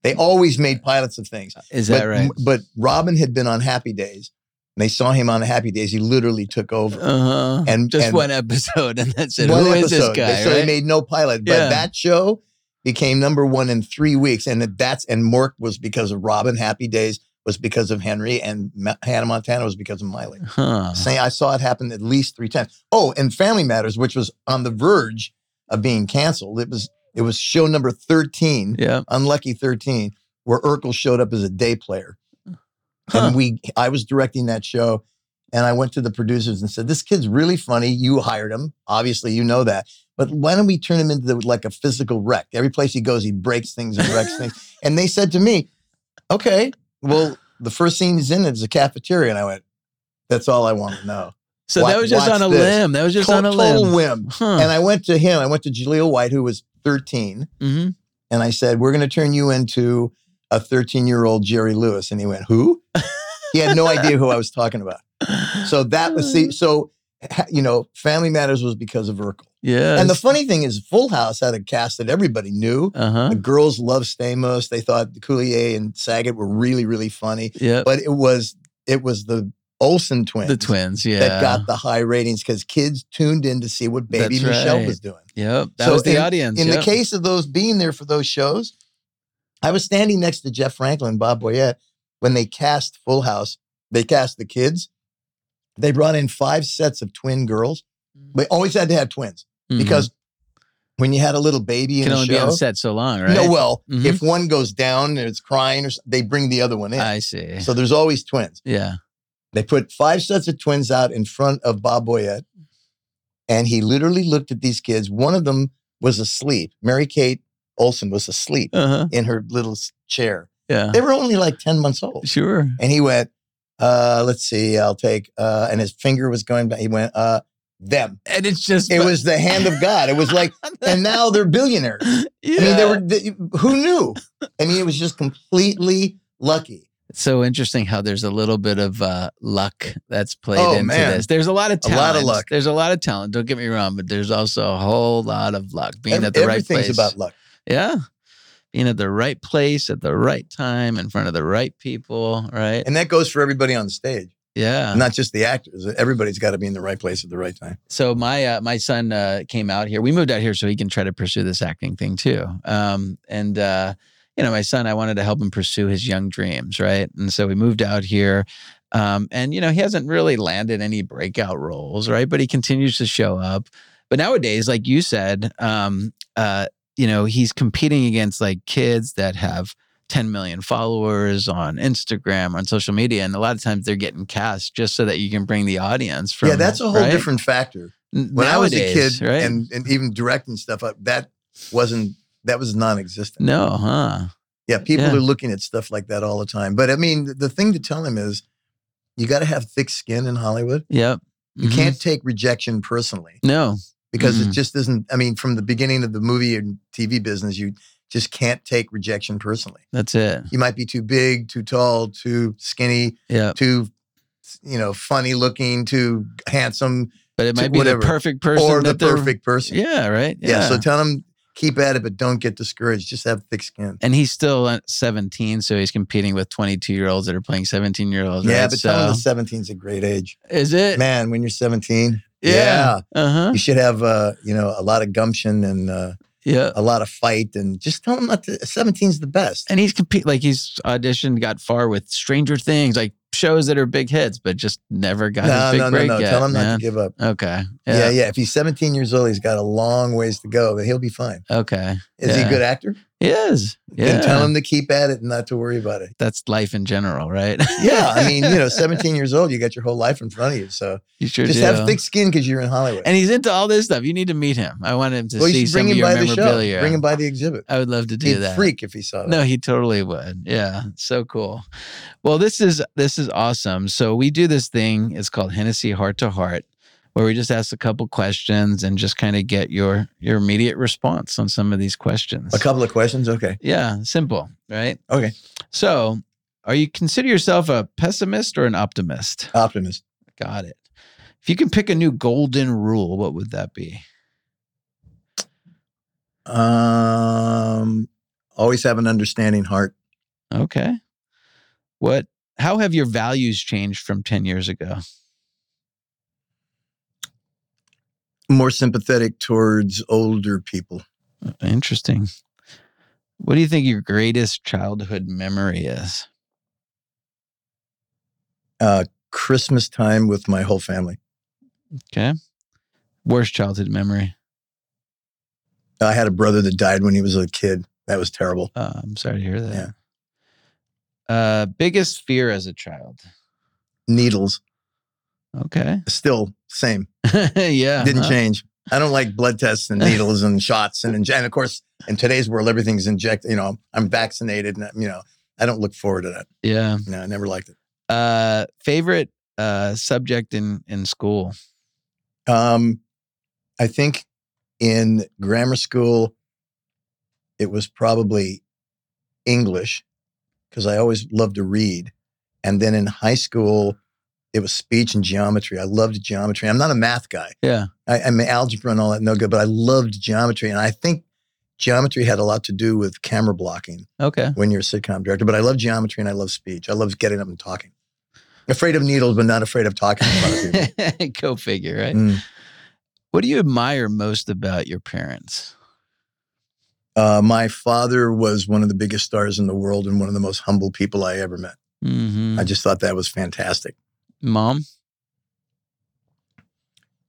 Speaker 1: They always made pilots of things.
Speaker 2: Is that
Speaker 1: but,
Speaker 2: right?
Speaker 1: But Robin had been on Happy Days, and they saw him on Happy Days. He literally took over.
Speaker 2: Uh huh.
Speaker 1: and
Speaker 2: Just
Speaker 1: and
Speaker 2: one episode, and that's it.
Speaker 1: one
Speaker 2: Who is this
Speaker 1: episode.
Speaker 2: guy?
Speaker 1: so they
Speaker 2: right?
Speaker 1: made no pilot, but
Speaker 2: Yeah.
Speaker 1: that show became number one in three weeks, and that's and Mork was because of Robin. Happy Days was because of Henry, and Ma- Hannah Montana was because of Miley.
Speaker 2: huh.
Speaker 1: Say I saw it happen at least three times. Oh, and Family Matters, which was on the verge of being canceled, it was it was show number thirteen,
Speaker 2: Yeah.
Speaker 1: unlucky thirteen, where Urkel showed up as a day player,
Speaker 2: Huh.
Speaker 1: and we I was directing that show. And I went to the producers and said, "This kid's really funny. You hired him, obviously. You know that. But why don't we turn him into like a physical wreck? Every place he goes, he breaks things and wrecks things." And they said to me, "Okay, well, the first scene he's in is a cafeteria." And I went, "That's all I want to know."
Speaker 2: So
Speaker 1: Wa-
Speaker 2: that was just
Speaker 1: watch
Speaker 2: on a
Speaker 1: this.
Speaker 2: limb. That was just
Speaker 1: Total-
Speaker 2: on a
Speaker 1: total
Speaker 2: limb.
Speaker 1: whim.
Speaker 2: Huh.
Speaker 1: And I went to him. I went to Jaleel White, who was 13,
Speaker 2: hmm
Speaker 1: and I said, "We're going to turn you into a 13-year-old Jerry Lewis." And he went, "Who?" he had no idea who I was talking about. So that was see, so ha- you know, Family Matters was because of Urkel.
Speaker 2: Yeah.
Speaker 1: And the funny thing is, Full House had a cast that everybody knew.
Speaker 2: uh huh.
Speaker 1: The girls loved Stamos. They thought Coulier and Saget were really, really funny.
Speaker 2: Yep.
Speaker 1: But it was it was the Olsen twins,
Speaker 2: The twins. Yeah.
Speaker 1: that got the high ratings because kids tuned in to see what Baby
Speaker 2: That's
Speaker 1: Michelle
Speaker 2: right.
Speaker 1: was doing.
Speaker 2: Yep. That
Speaker 1: So
Speaker 2: was the audience.
Speaker 1: In the
Speaker 2: yep.
Speaker 1: case of those being there for those shows, I was standing next to Jeff Franklin and Bob Boyette when they cast Full House. They cast the kids. They brought in five sets of twin girls. They always had to have twins
Speaker 2: Mhm.
Speaker 1: because when you had a little baby
Speaker 2: you
Speaker 1: in
Speaker 2: can
Speaker 1: the
Speaker 2: only
Speaker 1: show,
Speaker 2: be on set so long, right?
Speaker 1: no, well,
Speaker 2: Mhm.
Speaker 1: if one goes down and it's crying, or s- they bring the other one in.
Speaker 2: I see.
Speaker 1: so there's always twins.
Speaker 2: yeah.
Speaker 1: They put five sets of twins out in front of Bob Boyette, and he literally looked at these kids. One of them was asleep. Mary Kate Olsen was asleep
Speaker 2: Uh huh.
Speaker 1: in her little s- chair.
Speaker 2: Yeah.
Speaker 1: They were only like 10 months old.
Speaker 2: Sure.
Speaker 1: And he went, uh, let's see, I'll take, uh, and his finger was going back. He went, uh, them.
Speaker 2: And it's just.
Speaker 1: It was the hand of God. It was like, and now they're billionaires.
Speaker 2: Yeah.
Speaker 1: I mean, they were, they, who knew? I mean, it was just completely lucky.
Speaker 2: It's so interesting how there's a little bit of uh, luck that's played
Speaker 1: Oh,
Speaker 2: into
Speaker 1: man.
Speaker 2: this. There's a lot of
Speaker 1: A
Speaker 2: talent.
Speaker 1: lot of luck.
Speaker 2: There's a lot of talent. Don't get me wrong, but there's also a whole lot of luck being
Speaker 1: Ev-
Speaker 2: at the right
Speaker 1: everything's
Speaker 2: place.
Speaker 1: about luck.
Speaker 2: yeah. Being at the right place at the right time in front of the right people, right?
Speaker 1: And that goes for everybody on the stage.
Speaker 2: yeah.
Speaker 1: not just the actors. Everybody's got to be in the right place at the right time.
Speaker 2: so my uh, my son uh, came out here. We moved out here so he can try to pursue this acting thing too. Um, and uh, you know, my son, I wanted to help him pursue his young dreams, right? And so we moved out here. Um, and you know, he hasn't really landed any breakout roles, right? But he continues to show up. But nowadays, like you said, um, uh, you know, he's competing against like kids that have 10 million followers on Instagram, on social media, and a lot of times they're getting cast just so that you can bring the audience from.
Speaker 1: yeah, that's a whole
Speaker 2: right?
Speaker 1: different factor.
Speaker 2: N-
Speaker 1: When I was
Speaker 2: nowadays,
Speaker 1: a kid and, and even directing stuff, uh, that wasn't that was non-existent.
Speaker 2: no, huh?
Speaker 1: Yeah, people
Speaker 2: Yeah.
Speaker 1: are looking at stuff like that all the time. But I mean, the thing to tell them is you got to have thick skin in Hollywood.
Speaker 2: Yep.
Speaker 1: You
Speaker 2: Mhm.
Speaker 1: can't take rejection personally
Speaker 2: No.
Speaker 1: because
Speaker 2: Mhm.
Speaker 1: it just isn't. I mean, from the beginning of the movie and TV business, you just can't take rejection personally.
Speaker 2: That's it.
Speaker 1: You might be too big, too tall, too skinny,
Speaker 2: Yeah.
Speaker 1: too you know, funny looking, too handsome,
Speaker 2: But it
Speaker 1: To
Speaker 2: might be
Speaker 1: whatever.
Speaker 2: the perfect person
Speaker 1: or the
Speaker 2: that they're-
Speaker 1: perfect person.
Speaker 2: Yeah. Right.
Speaker 1: Yeah, So tell them keep at it, but don't get discouraged. Just have thick skin.
Speaker 2: and he's still at 17, so he's competing with 22 year olds that are playing 17 year olds.
Speaker 1: Yeah,
Speaker 2: right?
Speaker 1: but
Speaker 2: so
Speaker 1: tell them the seventeen's a great age.
Speaker 2: is it?
Speaker 1: Man, when you're seventeen,
Speaker 2: Eh yeah. Uh huh.
Speaker 1: you should have uh, you know, a lot of gumption and uh,
Speaker 2: Yeah.
Speaker 1: a lot of fight, and just tell them not to. Seventeen's the best.
Speaker 2: And he's compete like he's auditioned, got far with Stranger Things, like shows that are big hits, but just never got his
Speaker 1: No,
Speaker 2: big
Speaker 1: no, no,
Speaker 2: break
Speaker 1: no.
Speaker 2: yet.
Speaker 1: Tell him not
Speaker 2: man.
Speaker 1: to give up.
Speaker 2: okay.
Speaker 1: Yeah. yeah, If he's 17 years old, he's got a long ways to go, but he'll be fine.
Speaker 2: Okay.
Speaker 1: Is he
Speaker 2: Yeah.
Speaker 1: a good actor?
Speaker 2: He is. Yeah.
Speaker 1: Then tell him to keep at it and not to worry about it.
Speaker 2: that's life in general, right?
Speaker 1: Yeah, I mean, you know, 17 years old, you got your whole life in front of you. So
Speaker 2: you sure
Speaker 1: just
Speaker 2: do.
Speaker 1: have thick skin because you're in Hollywood.
Speaker 2: And he's into all this stuff. You need to meet him. I want him to
Speaker 1: well,
Speaker 2: see
Speaker 1: you should bring
Speaker 2: some of
Speaker 1: him
Speaker 2: your
Speaker 1: by the show.
Speaker 2: memorabilia.
Speaker 1: Bring him by the exhibit.
Speaker 2: I would love to do
Speaker 1: He'd
Speaker 2: that.
Speaker 1: freak if he saw that.
Speaker 2: No, he totally would. Yeah, so cool. Well, this is this is awesome. So we do this thing. It's called Hennessy Heart to Heart, where we just ask a couple questions and just kind of get your your immediate response on some of these questions.
Speaker 1: A couple of questions. Okay.
Speaker 2: Yeah, simple, right?
Speaker 1: Okay.
Speaker 2: So, are you consider yourself a pessimist or an optimist?
Speaker 1: Optimist.
Speaker 2: Got it. If you can pick a new golden rule, what would that be?
Speaker 1: Um, always have an understanding heart.
Speaker 2: Okay. What how have your values changed from 10 years ago?
Speaker 1: More sympathetic towards older people.
Speaker 2: Interesting. What do you think your greatest childhood memory is?
Speaker 1: Uh, Christmas time with my whole family.
Speaker 2: Okay. Worst childhood memory.
Speaker 1: I had a brother that died when he was a kid. That was terrible.
Speaker 2: Uh, I'm sorry to hear that. Uh, biggest fear as a child.
Speaker 1: Needles.
Speaker 2: Okay.
Speaker 1: Still same.
Speaker 2: yeah.
Speaker 1: Didn't
Speaker 2: huh?
Speaker 1: change. I don't like blood tests and needles and shots and inje- and of course in today's world everything's injected. You know, I'm vaccinated and you know I don't look forward to that.
Speaker 2: Yeah.
Speaker 1: No, I never liked it.
Speaker 2: Uh, favorite uh, subject in in school.
Speaker 1: Um, I think in grammar school, it was probably English because I always loved to read. And then in high school, It was speech and geometry. I loved geometry. I'm not a math guy.
Speaker 2: Yeah.
Speaker 1: I, I mean, algebra and all that, no good, but I loved geometry. And I think geometry had a lot to do with camera blocking
Speaker 2: Okay.
Speaker 1: when you're a sitcom director. But I love geometry and I love speech. I love getting up and talking. Afraid of needles, but not afraid of talking in front of people.
Speaker 2: Go figure, right?
Speaker 1: Mm.
Speaker 2: What do you admire most about your parents?
Speaker 1: Uh, my father was one of the biggest stars in the world and one of the most humble people I ever met.
Speaker 2: Mm-hmm.
Speaker 1: I just thought that was fantastic.
Speaker 2: Mom?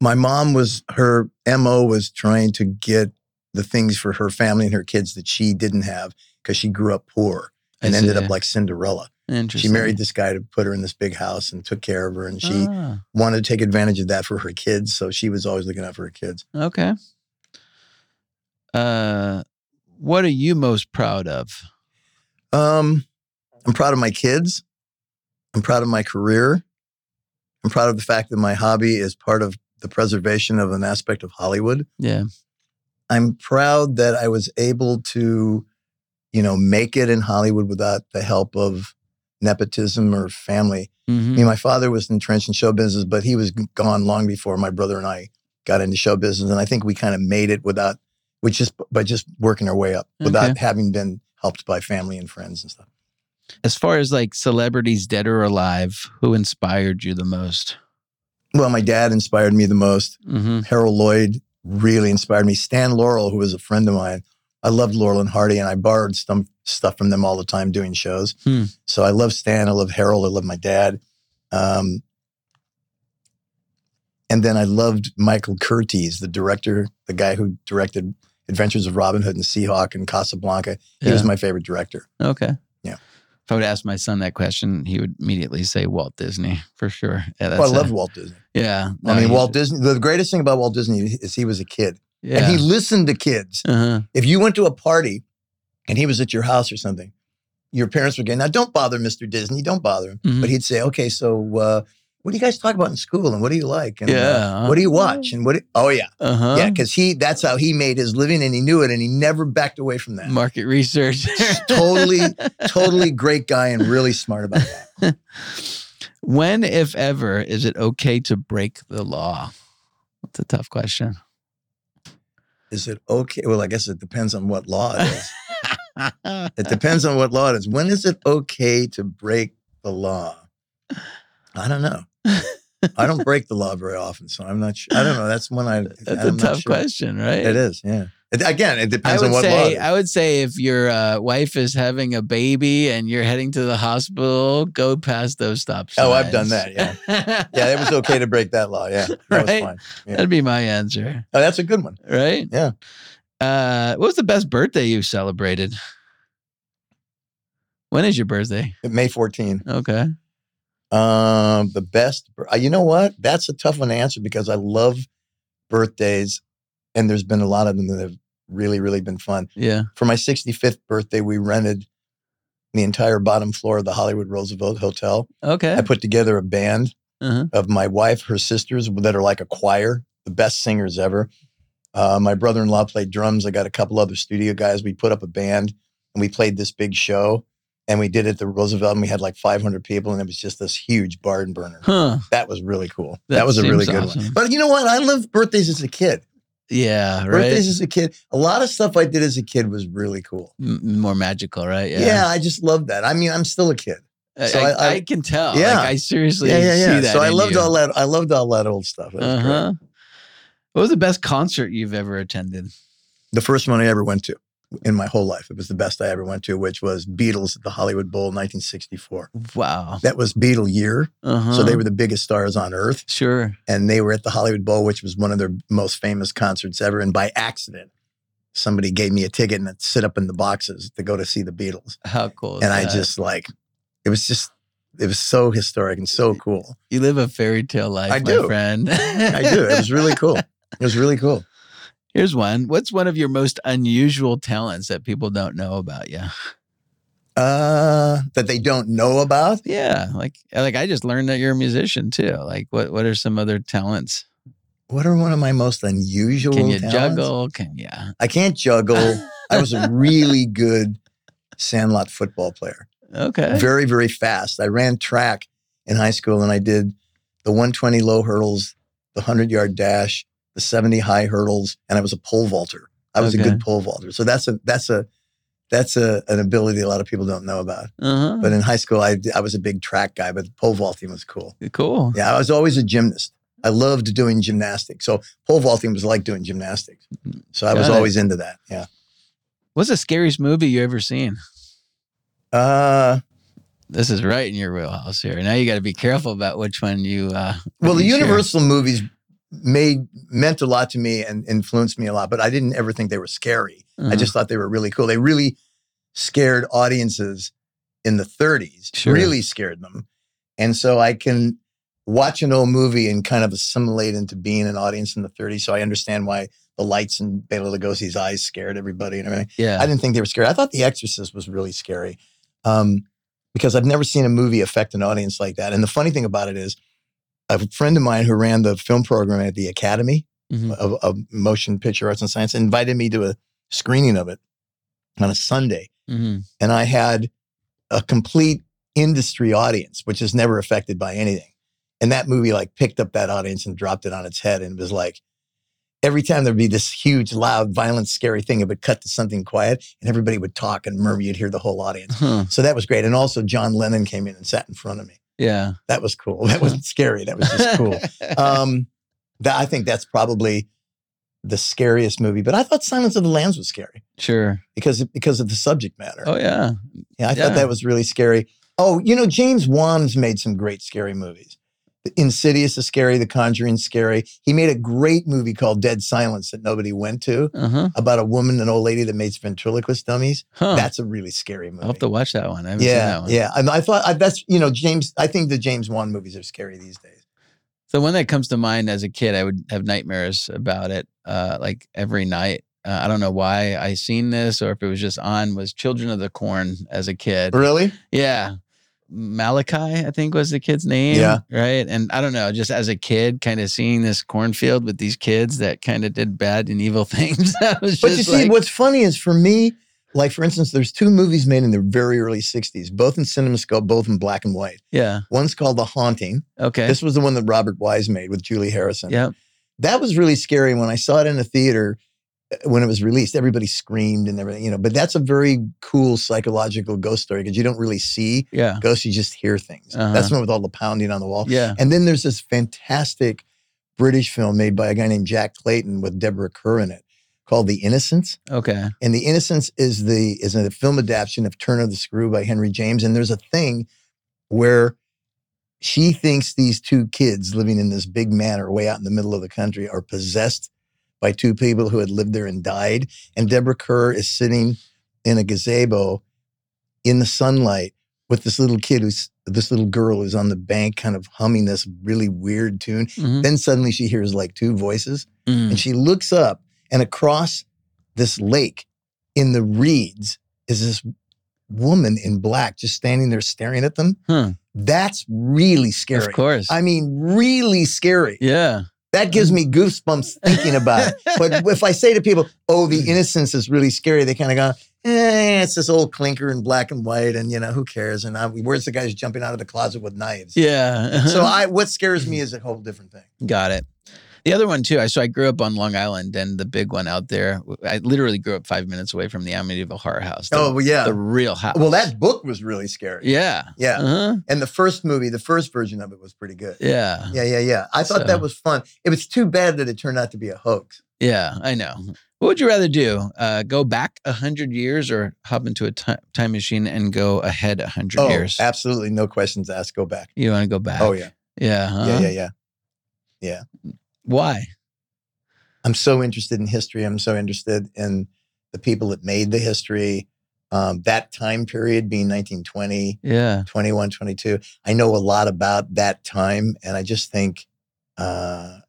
Speaker 1: My mom was, her MO was trying to get the things for her family and her kids that she didn't have because she grew up poor
Speaker 2: I
Speaker 1: and
Speaker 2: see,
Speaker 1: ended
Speaker 2: yeah.
Speaker 1: up like Cinderella. She
Speaker 2: Interesting.
Speaker 1: married this guy to put her in this big house and took care of her. And she
Speaker 2: Ah,
Speaker 1: wanted to take advantage of that for her kids. So she was always looking out for her kids.
Speaker 2: okay. Uh, what are you most proud of?
Speaker 1: Um, I'm proud of my kids. I'm proud of my career. I'm proud of the fact that my hobby is part of the preservation of an aspect of Hollywood.
Speaker 2: Yeah.
Speaker 1: I'm proud that I was able to, you know, make it in Hollywood without the help of nepotism or family. I
Speaker 2: Mm-hmm.
Speaker 1: mean, my father was entrenched in show business, but he was gone long before my brother and I got into show business. And I think we kind of made it without, which just by just working our way up without
Speaker 2: Okay.
Speaker 1: having been helped by family and friends and stuff.
Speaker 2: As far as like celebrities, dead or alive, who inspired you the most?
Speaker 1: Well, my dad inspired me the most.
Speaker 2: Mm-hmm.
Speaker 1: Harold Lloyd really inspired me. Stan Laurel, who was a friend of mine, I loved Laurel and Hardy, and I borrowed some stuff from them all the time doing shows.
Speaker 2: Hmm.
Speaker 1: So I love Stan. I love Harold. I love my dad. Um, and then I loved Michael Curtiz, the director, the guy who directed Adventures of Robin Hood and Seahawk and Casablanca. He was my favorite director.
Speaker 2: Okay.
Speaker 1: Yeah.
Speaker 2: If I would ask my son that question, he would immediately say Walt Disney for sure. Yeah, that's
Speaker 1: Oh, I
Speaker 2: a-
Speaker 1: loved Walt Disney.
Speaker 2: Yeah.
Speaker 1: I mean,
Speaker 2: he-
Speaker 1: Walt Disney. The greatest thing about Walt Disney is he was a kid,
Speaker 2: Yeah.
Speaker 1: and he listened to kids.
Speaker 2: uh-huh.
Speaker 1: If you went to a party and he was at your house or something, your parents would go, now don't bother Mr. Disney, don't bother him.
Speaker 2: Mhm.
Speaker 1: But he'd say, okay, so uh, what do you guys talk about in school and what do you like? And, uh,
Speaker 2: Yeah.
Speaker 1: what do you watch? And what, do- oh yeah.
Speaker 2: Uh-huh.
Speaker 1: Yeah. Cause he, that's how he made his living and he knew it and he never backed away from that.
Speaker 2: Market research.
Speaker 1: totally, totally great guy and really smart about that.
Speaker 2: when, if ever, is it okay to break the law? That's a tough question.
Speaker 1: Is it okay? Well, I guess it depends on what law it is. It
Speaker 2: Uh-huh.
Speaker 1: depends on what law it is. When is it okay to break the law? I don't know. I don't break the law very often, so I'm not sure. I don't know. That's one I.
Speaker 2: That's
Speaker 1: I'm
Speaker 2: a
Speaker 1: not
Speaker 2: tough
Speaker 1: sure.
Speaker 2: question, right?
Speaker 1: It is, yeah. It, again, it
Speaker 2: I
Speaker 1: depends on
Speaker 2: would
Speaker 1: what law. it
Speaker 2: say
Speaker 1: is.
Speaker 2: I would say if your uh, wife is having a baby and you're heading to the hospital, go past those stop signs.
Speaker 1: Oh, I've done that, yeah.
Speaker 2: yeah,
Speaker 1: yeah, it was okay to break that law. Yeah, that was
Speaker 2: Right?
Speaker 1: fine. yeah.
Speaker 2: That'd be my answer,
Speaker 1: Oh, that's a good one.
Speaker 2: right?
Speaker 1: Yeah.
Speaker 2: Uh, what was the best birthday you celebrated? When is your birthday?
Speaker 1: May 14.
Speaker 2: Okay.
Speaker 1: Um, the best. bir- uh, You know what? That's a tough one to answer because I love birthdays, and there's been a lot of them that have really, really been fun.
Speaker 2: Yeah.
Speaker 1: for my 65th birthday, we rented the entire bottom floor of the Hollywood Roosevelt Hotel.
Speaker 2: Okay.
Speaker 1: I put together a band
Speaker 2: Uh-huh.
Speaker 1: of my wife, her sisters that are like a choir, the best singers ever. Uh, my brother in law played drums. I got a couple other studio guys. We put up a band and we played this big show. And we did it at the Roosevelt, and we had like 500 people, and it was just this huge barn burner.
Speaker 2: Huh.
Speaker 1: That was really cool. That,
Speaker 2: That
Speaker 1: was a
Speaker 2: seems
Speaker 1: really good
Speaker 2: awesome.
Speaker 1: one. But you know what? I loved birthdays as a kid.
Speaker 2: Yeah. Right.
Speaker 1: Birthdays as a kid. A lot of stuff I did as a kid was really cool.
Speaker 2: M- more magical, right?
Speaker 1: Yeah. I just love that. I mean, I'm still a kid.
Speaker 2: I,
Speaker 1: So
Speaker 2: I,
Speaker 1: I- I-
Speaker 2: I can tell.
Speaker 1: Yeah.
Speaker 2: Like, I seriously
Speaker 1: yeah, yeah, yeah.
Speaker 2: see that.
Speaker 1: So I
Speaker 2: in
Speaker 1: loved
Speaker 2: you.
Speaker 1: all that. I loved all that old stuff. That was
Speaker 2: Uh
Speaker 1: great.
Speaker 2: huh. What was the best concert you've ever attended?
Speaker 1: The first one I ever went to in my whole life. It was the best I ever went to, which was Beatles at the Hollywood Bowl, 1964.
Speaker 2: Wow.
Speaker 1: That was Beatle year,
Speaker 2: Uh-huh.
Speaker 1: so they were the biggest stars on earth,
Speaker 2: sure.
Speaker 1: and they were at the Hollywood Bowl, which was one of their most famous concerts ever. And by accident, somebody gave me a ticket and I'd sit up in the boxes to go to see the Beatles,
Speaker 2: How cool. is
Speaker 1: and I
Speaker 2: that?
Speaker 1: just like, it was just, it was so historic and so cool.
Speaker 2: you live a fairy tale life,
Speaker 1: I
Speaker 2: my
Speaker 1: do.
Speaker 2: friend.
Speaker 1: I do. It was really cool. It was really cool.
Speaker 2: Here's one. What's one of your most unusual talents that people don't know about you?
Speaker 1: Uh, that they don't know about.
Speaker 2: Yeah, like like I just learned that you're a musician too. Like what what are some other talents?
Speaker 1: What are one of my most unusual?
Speaker 2: Can you
Speaker 1: talents?
Speaker 2: juggle? Can yeah.
Speaker 1: I can't juggle. I was a really good sandlot football player.
Speaker 2: Okay.
Speaker 1: Very, very fast. I ran track in high school and I did the 120 low hurdles, the 100 yard dash, the 70 high hurdles, and I was a pole vaulter. I was
Speaker 2: Okay.
Speaker 1: a good pole vaulter. So that's a that's a that's a, an ability a lot of people don't know about.
Speaker 2: Uh-huh.
Speaker 1: But in high school, I I was a big track guy, but pole vaulting was cool.
Speaker 2: cool.
Speaker 1: Yeah, I was always a gymnast. I loved doing gymnastics. So pole vaulting was like doing gymnastics. So I
Speaker 2: Got
Speaker 1: was
Speaker 2: it.
Speaker 1: always into that. Yeah.
Speaker 2: What's the scariest movie you ever seen?
Speaker 1: Uh,
Speaker 2: This is right in your wheelhouse here. Now you got to be careful about which one you. Uh,
Speaker 1: well, the
Speaker 2: you share.
Speaker 1: Universal movies made meant a lot to me and influenced me a lot, but I didn't ever think they were scary. I
Speaker 2: Uh-huh.
Speaker 1: just thought they were really cool. They really scared audiences in the 30s.
Speaker 2: Sure.
Speaker 1: Really scared them, and so I can watch an old movie and kind of assimilate into being an audience in the 30s. So I understand why the lights in Bela Lugosi's eyes scared everybody and everything.
Speaker 2: yeah.
Speaker 1: I didn't think they were scary. I thought The Exorcist was really scary um, because I've never seen a movie affect an audience like that. And the funny thing about it is, a friend of mine who ran the film program at the Academy
Speaker 2: Mhm.
Speaker 1: of, of Motion Picture Arts and Science invited me to a screening of it on a Sunday.
Speaker 2: Mhm.
Speaker 1: And I had a complete industry audience, which is never affected by anything. And that movie like picked up that audience and dropped it on its head and was like, every time there'd be this huge, loud, violent, scary thing, it would cut to something quiet and everybody would talk and murmur. You'd hear the whole audience.
Speaker 2: Huh.
Speaker 1: So that was great. And also, John Lennon came in and sat in front of me.
Speaker 2: Yeah.
Speaker 1: That was cool. That wasn't scary. That was just cool. Um, that, I think that's probably the scariest movie. But I thought Silence of the Lambs was scary
Speaker 2: sure.
Speaker 1: because, because of the subject matter.
Speaker 2: Oh yeah.
Speaker 1: Yeah, I
Speaker 2: Yeah.
Speaker 1: thought that was really scary. Oh, you know, James Wan's made some great scary movies. The Insidious is scary, The Conjuring's scary. He made a great movie called Dead Silence that nobody went to
Speaker 2: Uh huh.
Speaker 1: about a woman, an old lady that makes ventriloquist dummies.
Speaker 2: Huh.
Speaker 1: That's a really scary movie.
Speaker 2: I'll have to watch that one. I haven't seen that
Speaker 1: yeah,
Speaker 2: one.
Speaker 1: yeah. And I thought I, that's you know James. I think the James Wan movies are scary these days.
Speaker 2: The one that comes to mind as a kid, I would have nightmares about it, uh, like every night. Uh, I don't know why I seen this or if it was just on. Was Children of the Corn as a kid?
Speaker 1: Really?
Speaker 2: Yeah. Malachi, I think was the kid's name.
Speaker 1: Yeah.
Speaker 2: Right. And I don't know, just as a kid, kind of seeing this cornfield with these kids that kind of did bad and evil things. I was
Speaker 1: But
Speaker 2: just
Speaker 1: you see,
Speaker 2: like,
Speaker 1: what's funny is for me, like for instance, there's two movies made in the very early '60s, both in CinemaScope, both in black and white.
Speaker 2: yeah.
Speaker 1: One's called The Haunting.
Speaker 2: Okay.
Speaker 1: This was the one that Robert Wise made with Julie Harrison.
Speaker 2: yeah.
Speaker 1: That was really scary when I saw it in a theater uh, when it was released. Everybody screamed and everything, you know. But that's a very cool psychological ghost story because you don't really see
Speaker 2: Yeah.
Speaker 1: ghosts, you just hear things.
Speaker 2: Uh-huh.
Speaker 1: That's the one with all the pounding on the wall.
Speaker 2: Yeah.
Speaker 1: And then there's this fantastic British film made by a guy named Jack Clayton with Deborah Kerr in it called The Innocents.
Speaker 2: Okay.
Speaker 1: And The Innocents is the is a film adaptation of Turn of the Screw by Henry James. And there's a thing where she thinks these two kids living in this big manor way out in the middle of the country are possessed by two people who had lived there and died. And Deborah Kerr is sitting in a gazebo in the sunlight with this little kid who's this little girl who's on the bank kind of humming this really weird tune.
Speaker 2: Mhm.
Speaker 1: Then suddenly she hears like two voices
Speaker 2: Mm.
Speaker 1: and she looks up and across this lake in the reeds is this woman in black just standing there staring at them
Speaker 2: Huh.
Speaker 1: that's really scary
Speaker 2: Of course.
Speaker 1: i mean really scary
Speaker 2: yeah.
Speaker 1: that gives me goosebumps thinking about it but if i say to people oh the innocence is really scary they kind of go Eh, it's this old clinker in black and white, and you know who cares? And I, where's the guys jumping out of the closet with knives?
Speaker 2: yeah.
Speaker 1: So I, what scares me is a whole different thing.
Speaker 2: Got it. The other one too. I so I grew up on Long Island, and the big one out there. I literally grew up five minutes away from the Amityville Horror House. The,
Speaker 1: oh well, yeah.
Speaker 2: the real house.
Speaker 1: well, that book was really scary.
Speaker 2: Yeah.
Speaker 1: yeah.
Speaker 2: Uh-huh.
Speaker 1: And the first movie, the first version of it was pretty good.
Speaker 2: Yeah.
Speaker 1: Yeah, yeah, yeah. I thought
Speaker 2: So-
Speaker 1: that was fun. It was too bad that it turned out to be a hoax.
Speaker 2: Yeah. I know.
Speaker 1: Mm-hmm.
Speaker 2: What would you rather do? Uh, go back a hundred years, or hop into a ti- time machine and go ahead a hundred
Speaker 1: Oh,
Speaker 2: years?
Speaker 1: absolutely. No questions asked. Go back.
Speaker 2: you want to go back?
Speaker 1: Oh, yeah.
Speaker 2: Yeah. huh?
Speaker 1: Yeah, yeah, yeah.
Speaker 2: Why?
Speaker 1: I'm so interested in history. I'm so interested in the people that made the history. Um, that time period being 1920,
Speaker 2: Yeah.
Speaker 1: 21, 22. I know a lot about that time. And I just think uh,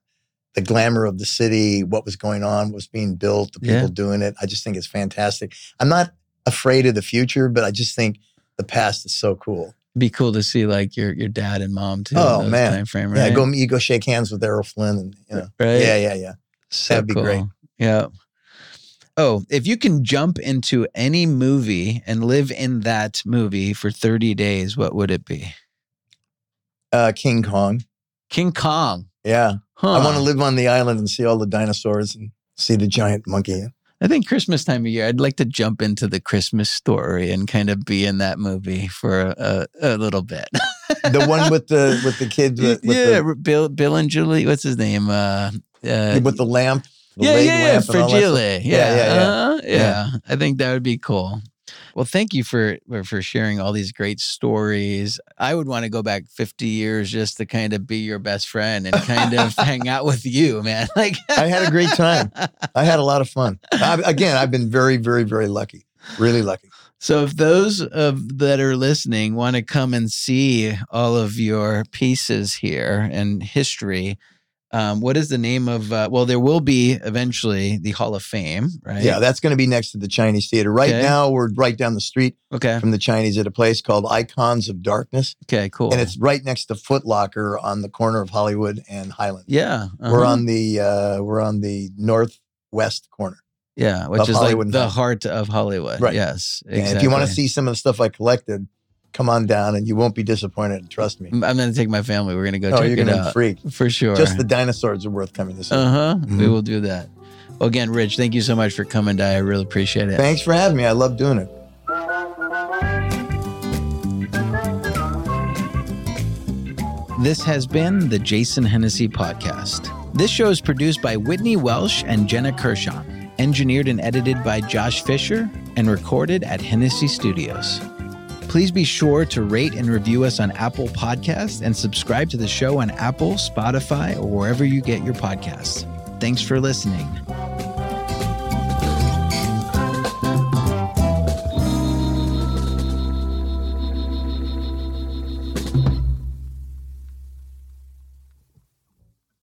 Speaker 1: the glamour of the city, what was going on, what was being built, the people
Speaker 2: Yeah.
Speaker 1: doing it, I just think it's fantastic. I'm not afraid of the future, but I just think the past is so cool.
Speaker 2: Be cool to see like your your dad and mom too. in
Speaker 1: Oh,
Speaker 2: those
Speaker 1: man.
Speaker 2: Time frame,
Speaker 1: Yeah,
Speaker 2: right?
Speaker 1: go meet, you go shake hands with Errol Flynn. And, you know.
Speaker 2: Right.
Speaker 1: Yeah, yeah, yeah.
Speaker 2: So
Speaker 1: That'd be great.
Speaker 2: cool. Yeah. Oh, if you can jump into any movie and live in that movie for 30 days, what would it be?
Speaker 1: Uh, King Kong.
Speaker 2: King Kong.
Speaker 1: Yeah.
Speaker 2: Huh.
Speaker 1: I want to live on the island and see all the dinosaurs and see the giant monkey.
Speaker 2: I think Christmas time of year, I'd like to jump into the Christmas story and kind of be in that movie for a, a, a little bit.
Speaker 1: the one with the with the kid with, with
Speaker 2: yeah, Bill, Bill and Julie. What's his name? Uh, uh,
Speaker 1: the with the lamp. The
Speaker 2: yeah,
Speaker 1: leg
Speaker 2: yeah, yeah,
Speaker 1: lamp and all that
Speaker 2: Fragile.
Speaker 1: stuff.
Speaker 2: Yeah,
Speaker 1: Yeah, yeah, yeah.
Speaker 2: uh-huh,
Speaker 1: Yeah.
Speaker 2: yeah. I think that would be cool. Well, thank you for for- for sharing all these great stories. I would want to go back 50 years just to kind of be your best friend and kind of hang out with you, man. Like
Speaker 1: I had a great time. I had a lot of fun. I, again, I've been very, very, very lucky. Really lucky.
Speaker 2: So if those of that are listening want to come and see all of your pieces here and history, um, what is the name of? Uh, well, there will be eventually the Hall of Fame, right?
Speaker 1: Yeah, that's going to be next to the Chinese theater. Right
Speaker 2: Okay.
Speaker 1: now, we're right down the street
Speaker 2: Okay.
Speaker 1: from the Chinese at a place called Icons of Darkness,
Speaker 2: Okay. Cool.
Speaker 1: and it's right next to Foot Locker on the corner of Hollywood and Highland.
Speaker 2: yeah.
Speaker 1: We're
Speaker 2: uh-huh.
Speaker 1: on the uh, we're on the northwest corner.
Speaker 2: yeah, which
Speaker 1: of
Speaker 2: is
Speaker 1: Hollywood
Speaker 2: like the
Speaker 1: now.
Speaker 2: heart of Hollywood.
Speaker 1: Right.
Speaker 2: Yes.
Speaker 1: And if you want to
Speaker 2: exactly.
Speaker 1: see some of the stuff I collected, come on down, and you won't be disappointed. Trust me.
Speaker 2: I'm going to take my family. We're going to go
Speaker 1: oh,
Speaker 2: check
Speaker 1: you're
Speaker 2: it
Speaker 1: gonna
Speaker 2: out
Speaker 1: freak.
Speaker 2: for sure.
Speaker 1: Just the dinosaurs are worth coming to see.
Speaker 2: uh huh. We
Speaker 1: Mhm.
Speaker 2: will do that. Well, again, Rich, thank you so much for coming. Di, I really appreciate it.
Speaker 1: Thanks for having me. I love doing it.
Speaker 2: This has been the Jason Hennessy Podcast. This show is produced by Whitney Welsh and Jenna Kershaw, engineered and edited by Josh Fisher, and recorded at Hennessy Studios. Please be sure to rate and review us on Apple Podcasts and subscribe to the show on Apple, Spotify, or wherever you get your podcasts. Thanks for listening.